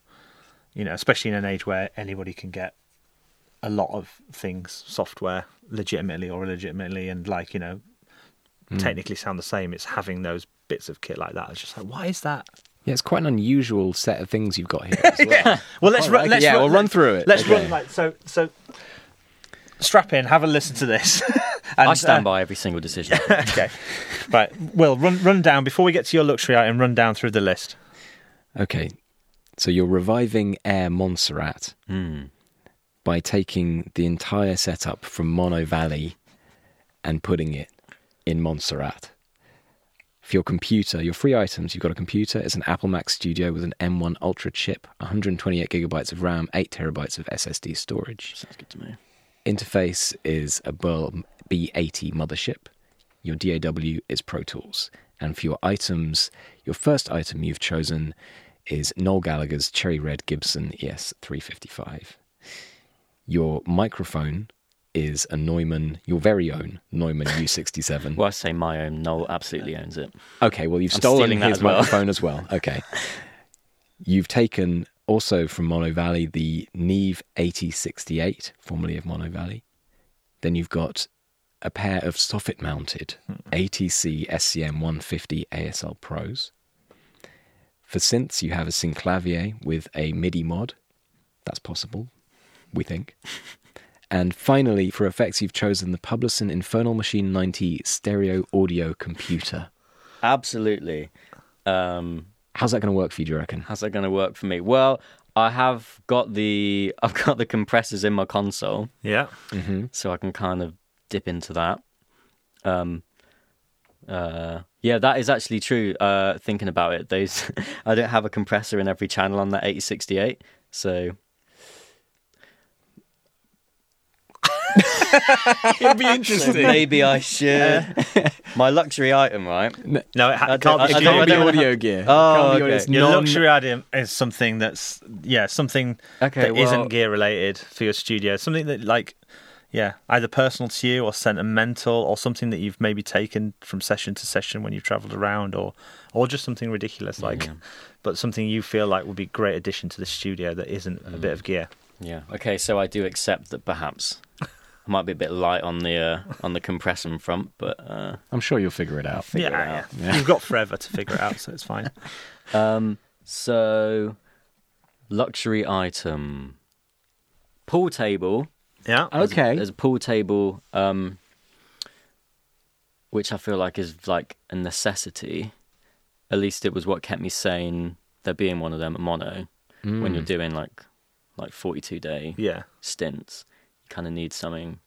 Speaker 1: you know, especially in an age where anybody can get a lot of things, software, legitimately or illegitimately, and like you know,
Speaker 3: Mm.
Speaker 1: technically sound the same. It's having those bits of kit like that. It's just like, why is that?
Speaker 2: Yeah, it's quite an unusual set of things you've got here. As well.
Speaker 1: Well, let's
Speaker 2: Quite
Speaker 3: Oh,
Speaker 1: ru-
Speaker 2: like it.
Speaker 1: let's
Speaker 2: Yeah,
Speaker 1: ru-
Speaker 2: we'll
Speaker 1: let-
Speaker 2: run through it.
Speaker 1: Let's
Speaker 2: Okay.
Speaker 1: run like so. So strap in, have a listen to this. and,
Speaker 3: I stand
Speaker 1: uh,
Speaker 3: by every single decision.
Speaker 1: okay, right. Well, run run down before we get to your luxury item. Run down through the list.
Speaker 2: Okay, so you're reviving Air Montserrat
Speaker 3: Hmm.
Speaker 2: by taking the entire setup from Mono Valley and putting it in Montserrat. For your computer, your free items, you've got a computer. It's an Apple Mac Studio with an M1 Ultra chip, 128 gigabytes of RAM, 8 terabytes of SSD storage.
Speaker 3: Sounds good to me.
Speaker 2: Interface is a Burl B80 mothership. Your DAW is Pro Tools. And for your items, your first item you've chosen is Noel Gallagher's Cherry Red Gibson E ES355. Your microphone is a Neumann, your very own Neumann U67.
Speaker 3: Well, I say my own. Noel absolutely owns it.
Speaker 2: Okay, well, you've
Speaker 3: I'm
Speaker 2: stolen
Speaker 3: stealing that
Speaker 2: his
Speaker 3: as well.
Speaker 2: microphone as well. Okay. You've taken also from Mono Valley the Neve 8068, formerly of Mono Valley. Then you've got a pair of soffit mounted
Speaker 3: Hmm.
Speaker 2: ATC SCM 150 ASL Pros. For synths, you have a Synclavier with a MIDI mod. That's possible, we think. And finally, for effects, you've chosen the Publicin Infernal Machine 90 stereo audio computer.
Speaker 3: Absolutely. Um,
Speaker 2: How's that going to work for you, do you reckon?
Speaker 3: How's that going to work for me? Well, I have got the I've got the compressors in my console,
Speaker 1: Yeah.
Speaker 2: Hmm.
Speaker 3: so I can kind of dip into that. Um, uh, yeah, that is actually true. Uh, thinking about it, those I don't have a compressor in every channel on that 8068, so
Speaker 2: It'll be interesting.
Speaker 3: maybe I should. my luxury item, right?
Speaker 1: No, it
Speaker 3: I
Speaker 1: ha-
Speaker 3: don't-
Speaker 1: can't be.
Speaker 3: I
Speaker 2: It
Speaker 1: studio.
Speaker 3: don't-
Speaker 2: can't be
Speaker 3: know
Speaker 2: audio gear.
Speaker 3: Oh,
Speaker 2: Can't be
Speaker 3: okay.
Speaker 2: it's
Speaker 1: Your
Speaker 2: non-
Speaker 1: luxury item is something that's yeah something
Speaker 3: Okay,
Speaker 1: that
Speaker 3: well-
Speaker 1: not gear related for your studio. Something that like yeah either personal to you or sentimental or something that you've maybe taken from session to session when you've travelled around or or just something ridiculous like but something you feel like would be a great addition to the studio that isn't a bit of gear.
Speaker 3: Yeah. Okay, so I do accept that perhaps I might be a bit light on the uh, on the compressor front, but. Uh,
Speaker 2: I'm sure you'll figure it out.
Speaker 1: Yeah, yeah. you've got forever to figure it out, so it's fine.
Speaker 3: Um, so luxury item pool table.
Speaker 1: Yeah,
Speaker 3: There's a-
Speaker 2: Okay.
Speaker 3: there's a pool table, um, which I feel like is like a necessity. At least it was what kept me sane. There being one of them at mono when you're doing like like 42 day
Speaker 1: yeah.
Speaker 3: stints, you kind of need something.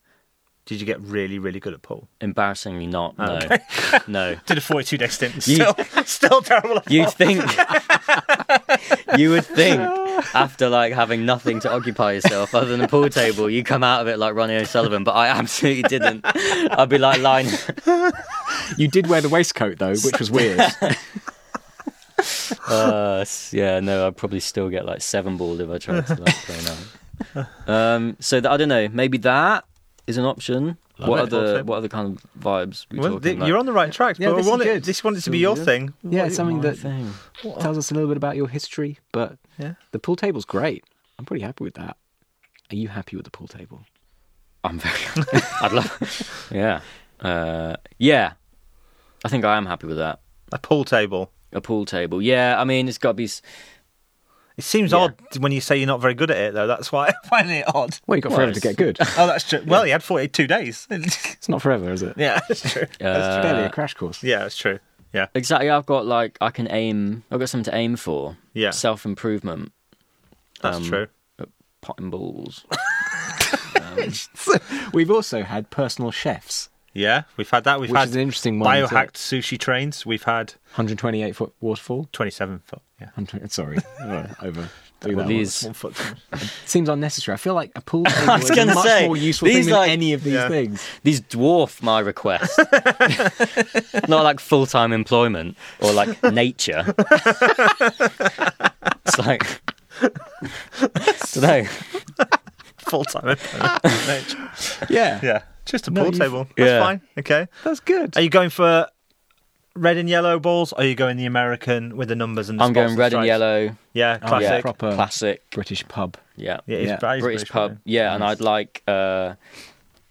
Speaker 1: Did you get really really good at pool?
Speaker 3: Embarrassingly, not no, no.
Speaker 1: Did a forty-two day stint.
Speaker 3: You-
Speaker 1: Still, still terrible. At
Speaker 3: You think you would think after like having nothing to occupy yourself other than a pool table, you come out of it like Ronnie O'Sullivan, but I absolutely didn't. I'd be like lying
Speaker 2: You did wear the waistcoat though, which was weird.
Speaker 3: uh, s- yeah, no, I'd probably still get like seven balled if I tried to like play now. Um so that, I don't know, maybe that is an option. what
Speaker 1: it.
Speaker 3: other what other kind of vibes we
Speaker 1: Well,
Speaker 3: talking
Speaker 1: th-
Speaker 3: like?
Speaker 1: you're on the right track.
Speaker 2: Yeah,
Speaker 1: but I
Speaker 2: this is
Speaker 1: want it-
Speaker 2: good.
Speaker 1: this wanted to be your thing.
Speaker 2: yeah, it's something
Speaker 3: My
Speaker 2: that
Speaker 3: thing.
Speaker 2: tells us a little bit about your history, but
Speaker 1: Yeah.
Speaker 2: the pool table's great. I'm pretty happy with that. Are you happy with the pool table?
Speaker 3: I'm very I'd love Yeah. Uh, yeah, I think I am happy with that.
Speaker 1: A pool table.
Speaker 3: A pool table. Yeah, I mean it's got to be. s-
Speaker 1: It seems
Speaker 3: Yeah.
Speaker 1: odd when you say you're not very good at it, though. That's why I find it odd.
Speaker 2: Well, you got
Speaker 3: Well,
Speaker 2: forever to get
Speaker 3: it's-
Speaker 2: good.
Speaker 1: Oh, that's true. Well, he had 42 days.
Speaker 2: It's not forever, is it?
Speaker 1: yeah, that's true.
Speaker 2: It's barely
Speaker 3: uh,
Speaker 2: a crash course.
Speaker 1: Yeah, that's true. Yeah.
Speaker 3: Exactly. I've got like I can aim. I've got something to aim for.
Speaker 1: Yeah.
Speaker 3: Self improvement.
Speaker 1: That's
Speaker 3: um,
Speaker 1: true.
Speaker 3: Potting balls.
Speaker 2: We've also had personal chefs,
Speaker 1: Yeah, we've had that. We've
Speaker 2: which
Speaker 1: had
Speaker 2: is an interesting one. to-
Speaker 1: biohacked sushi trains. We've had
Speaker 2: 128 foot waterfall.
Speaker 1: 27 foot. Yeah.
Speaker 2: 100 Sorry, Uh, over. do that
Speaker 3: Well,
Speaker 2: one.
Speaker 3: these.
Speaker 1: One foot.
Speaker 2: seems unnecessary. I feel like a pool table
Speaker 3: was
Speaker 2: is a
Speaker 3: gonna
Speaker 2: much
Speaker 3: say,
Speaker 2: more useful
Speaker 3: these
Speaker 2: thing
Speaker 3: like-
Speaker 2: than any of these
Speaker 1: Yeah.
Speaker 2: things.
Speaker 3: These dwarf my request. Not like full time employment or like nature. it's like. Today.
Speaker 1: Full time.
Speaker 2: Yeah,
Speaker 1: yeah. Just a
Speaker 2: No,
Speaker 1: pool
Speaker 2: you've-
Speaker 1: table. That's
Speaker 3: Yeah.
Speaker 1: fine. Okay.
Speaker 2: that's good.
Speaker 1: Are you going for red and yellow balls? Or are you going the American with the numbers and the
Speaker 3: I'm
Speaker 1: spots
Speaker 3: going red and
Speaker 1: stripes?
Speaker 3: yellow.
Speaker 1: Yeah,
Speaker 2: Oh,
Speaker 1: classic.
Speaker 3: yeah.
Speaker 2: proper
Speaker 3: Classic.
Speaker 2: British pub.
Speaker 3: Yeah.
Speaker 1: Yeah, it's
Speaker 2: Yeah.
Speaker 1: British,
Speaker 3: British pub.
Speaker 1: isn't it?
Speaker 3: Yeah, and I'd like, uh,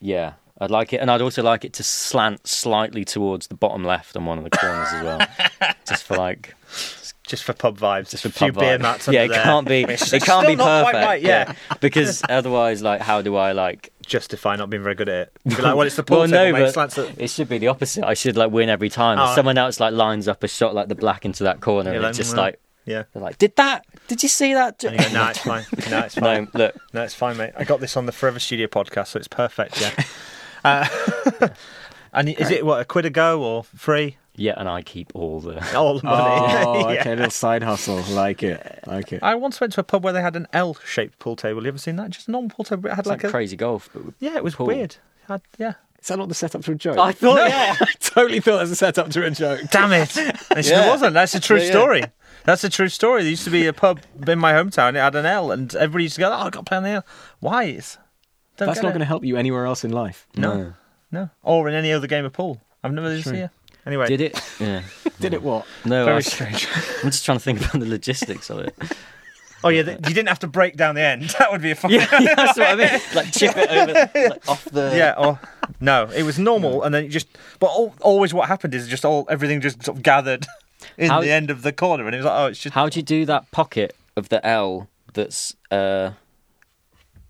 Speaker 3: yeah, I'd like it, and I'd also like it to slant slightly towards the bottom left on one of the corners as well, just for like,
Speaker 1: Just for pub vibes.
Speaker 3: just for
Speaker 1: a few
Speaker 3: pub
Speaker 1: beer
Speaker 3: vibe.
Speaker 1: mats.
Speaker 3: Yeah, it
Speaker 1: under there.
Speaker 3: can't be, it
Speaker 1: It's
Speaker 3: can't
Speaker 1: still
Speaker 3: be perfect.
Speaker 1: not quite right, yeah.
Speaker 3: because otherwise, like, how do I like?
Speaker 1: Justify not being very good at it. Be like, well, it's the pool
Speaker 3: Well, no,
Speaker 1: table. mate.
Speaker 3: but
Speaker 1: Slants at-
Speaker 3: it should be the opposite. I should like win every time.
Speaker 1: Oh.
Speaker 3: If someone else like lines up a shot like the black into that corner,
Speaker 1: You're
Speaker 3: and it's
Speaker 1: like,
Speaker 3: just
Speaker 1: "Well."
Speaker 3: like
Speaker 1: Yeah.
Speaker 3: they're like, did that? Did you see that?
Speaker 1: And you go, no, it's fine. No, it's fine.
Speaker 3: no, look,
Speaker 1: No, it's fine, mate. I got this on the Forever Studio podcast, so it's perfect. Yeah. Uh, and is it what a quid a go or free?
Speaker 3: yeah, and I keep all the.
Speaker 1: All the money.
Speaker 2: Oh,
Speaker 1: Yeah.
Speaker 2: okay, a little side hustle. Like it, like it.
Speaker 1: I once went to a pub where they had an L-shaped pool table. You ever seen that? Just a normal pool table. but It had
Speaker 3: It's like,
Speaker 1: like, a
Speaker 3: crazy golf, but with
Speaker 1: yeah. It was
Speaker 3: pool.
Speaker 1: weird. It Had, yeah.
Speaker 2: Is that not the setup to a joke?
Speaker 3: I thought, yeah.
Speaker 2: I totally thought it was a setup to a joke.
Speaker 1: Damn it! It
Speaker 3: Yeah.
Speaker 1: wasn't. That's a true
Speaker 3: Yeah, yeah.
Speaker 1: story. That's a true story. There used to be a pub in my hometown. It had an L, and everybody used to go, "Oh, I got to play on the L." Why? It's, don't
Speaker 2: That's
Speaker 1: get
Speaker 2: not
Speaker 1: it.
Speaker 2: going to help you anywhere else in life.
Speaker 1: No. No. Or in any other game of pool. I've never done this here. Anyway.
Speaker 3: Did it? Yeah.
Speaker 2: Did it what?
Speaker 3: No, I
Speaker 1: Very
Speaker 3: was-
Speaker 1: strange.
Speaker 3: I'm just trying to think about the logistics of it.
Speaker 1: Oh, yeah, th- you didn't have to break down the end. That would be a fucking.
Speaker 3: Yeah, that's what I mean. Like chip it over, like off the.
Speaker 1: Yeah, or. No, it was normal, and then it just. But al always what happened is just all everything just sort of gathered in
Speaker 3: How-
Speaker 1: the end of the corner, and it was like, oh, it's just.
Speaker 3: How do you do that pocket of the L? That's uh,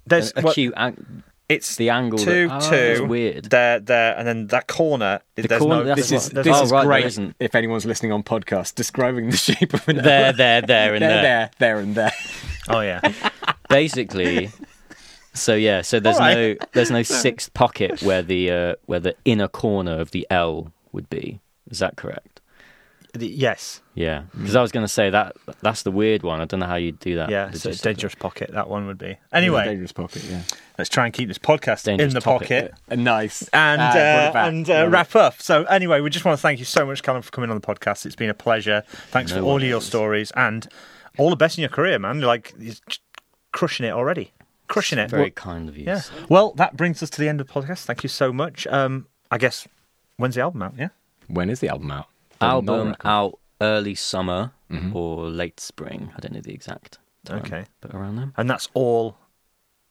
Speaker 1: There's
Speaker 3: a
Speaker 1: what-
Speaker 3: cute. Ang-
Speaker 1: It's
Speaker 3: the angle.
Speaker 1: two,
Speaker 3: that,
Speaker 1: two.
Speaker 3: It's weird.
Speaker 1: there, there, and then that corner. there's no.
Speaker 3: corner-
Speaker 2: This
Speaker 3: that's
Speaker 1: there's
Speaker 2: is
Speaker 1: not-
Speaker 2: this
Speaker 1: there's-
Speaker 3: oh,
Speaker 2: is
Speaker 3: right, there
Speaker 2: great.
Speaker 3: isn't.
Speaker 2: If anyone's listening on podcast, describing the shape of an
Speaker 3: There, there, there, and
Speaker 2: there,
Speaker 3: there.
Speaker 2: there, there, and there.
Speaker 1: oh yeah.
Speaker 3: Basically. So yeah, so there's
Speaker 1: Alright.
Speaker 3: no there's no sixth pocket where the uh, where the inner corner of the L would be. Is that correct?
Speaker 1: The- yes.
Speaker 3: Yeah,
Speaker 1: Hmm.
Speaker 3: because I was going to say that that's the weird one. I don't know how you do that.
Speaker 1: Yeah. So it's
Speaker 3: logistically.
Speaker 1: dangerous pocket. That one would be. Anyway,
Speaker 2: dangerous pocket. Yeah,
Speaker 1: let's try and keep this podcast
Speaker 3: Dangerous
Speaker 1: in the
Speaker 3: topic.
Speaker 1: pocket.
Speaker 2: Uh, nice.
Speaker 1: and
Speaker 2: Ah, brought
Speaker 1: uh,
Speaker 2: it back.
Speaker 1: and uh,
Speaker 2: Love it.
Speaker 1: wrap up. So anyway, we just want to thank you so much, Callum, for coming on the podcast. It's been a pleasure. Thanks
Speaker 3: No
Speaker 1: for all
Speaker 3: worries.
Speaker 1: of your stories and all the best in your career, man. You're like you're just crushing it already, crushing it.
Speaker 3: Very
Speaker 1: Well,
Speaker 3: kind of you.
Speaker 1: yeah. Well, that brings us to the end of the podcast. Thank you so much. Um, I guess when's the album out? Yeah.
Speaker 2: When is the album out? Not
Speaker 3: Album
Speaker 2: record.
Speaker 3: out early summer or late spring. I don't know the exact. Time,
Speaker 1: Okay.
Speaker 3: But around them.
Speaker 1: And that's all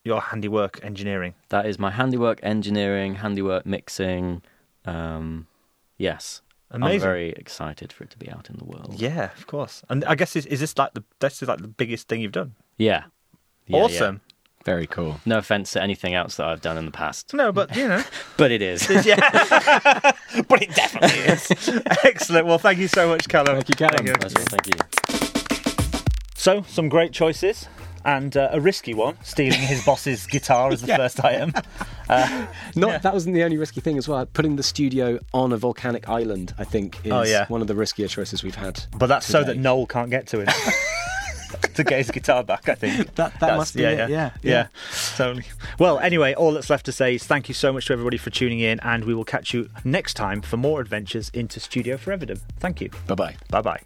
Speaker 1: your handiwork engineering.
Speaker 3: That is my handiwork engineering, handiwork mixing. Um, yes.
Speaker 1: Amazing.
Speaker 3: I'm very excited for it to be out in the world.
Speaker 1: Yeah, of course. And I guess is, is this like the this is like the biggest thing you've done?
Speaker 3: Yeah. Yeah, yeah.
Speaker 1: awesome.
Speaker 2: Very cool.
Speaker 3: No offense to anything else that I've done in the past,
Speaker 1: No, but you know.
Speaker 3: but it is.
Speaker 1: yeah. but it definitely is. Excellent. Well, thank you so much, Callum.
Speaker 2: Thank you, Callum.
Speaker 3: That's all, Thank you.
Speaker 1: So, some great choices and uh, a risky one. Stealing his boss's guitar is the first item.
Speaker 2: Not that wasn't the only risky thing as well. Putting the studio on a volcanic island, I think, is
Speaker 1: Oh, yeah.
Speaker 2: one of the riskier choices we've had.
Speaker 1: But that's so
Speaker 2: Today.
Speaker 1: that Noel can't get to it. to get his guitar back, I think.
Speaker 2: That that
Speaker 1: That's-
Speaker 2: must be it. Yeah,
Speaker 1: yeah. So, well, anyway, all that's left to say is thank you so much to everybody for tuning in, and we will catch you next time for more adventures into Studio Foreverdom. Thank you.
Speaker 2: Bye bye.
Speaker 1: Bye bye.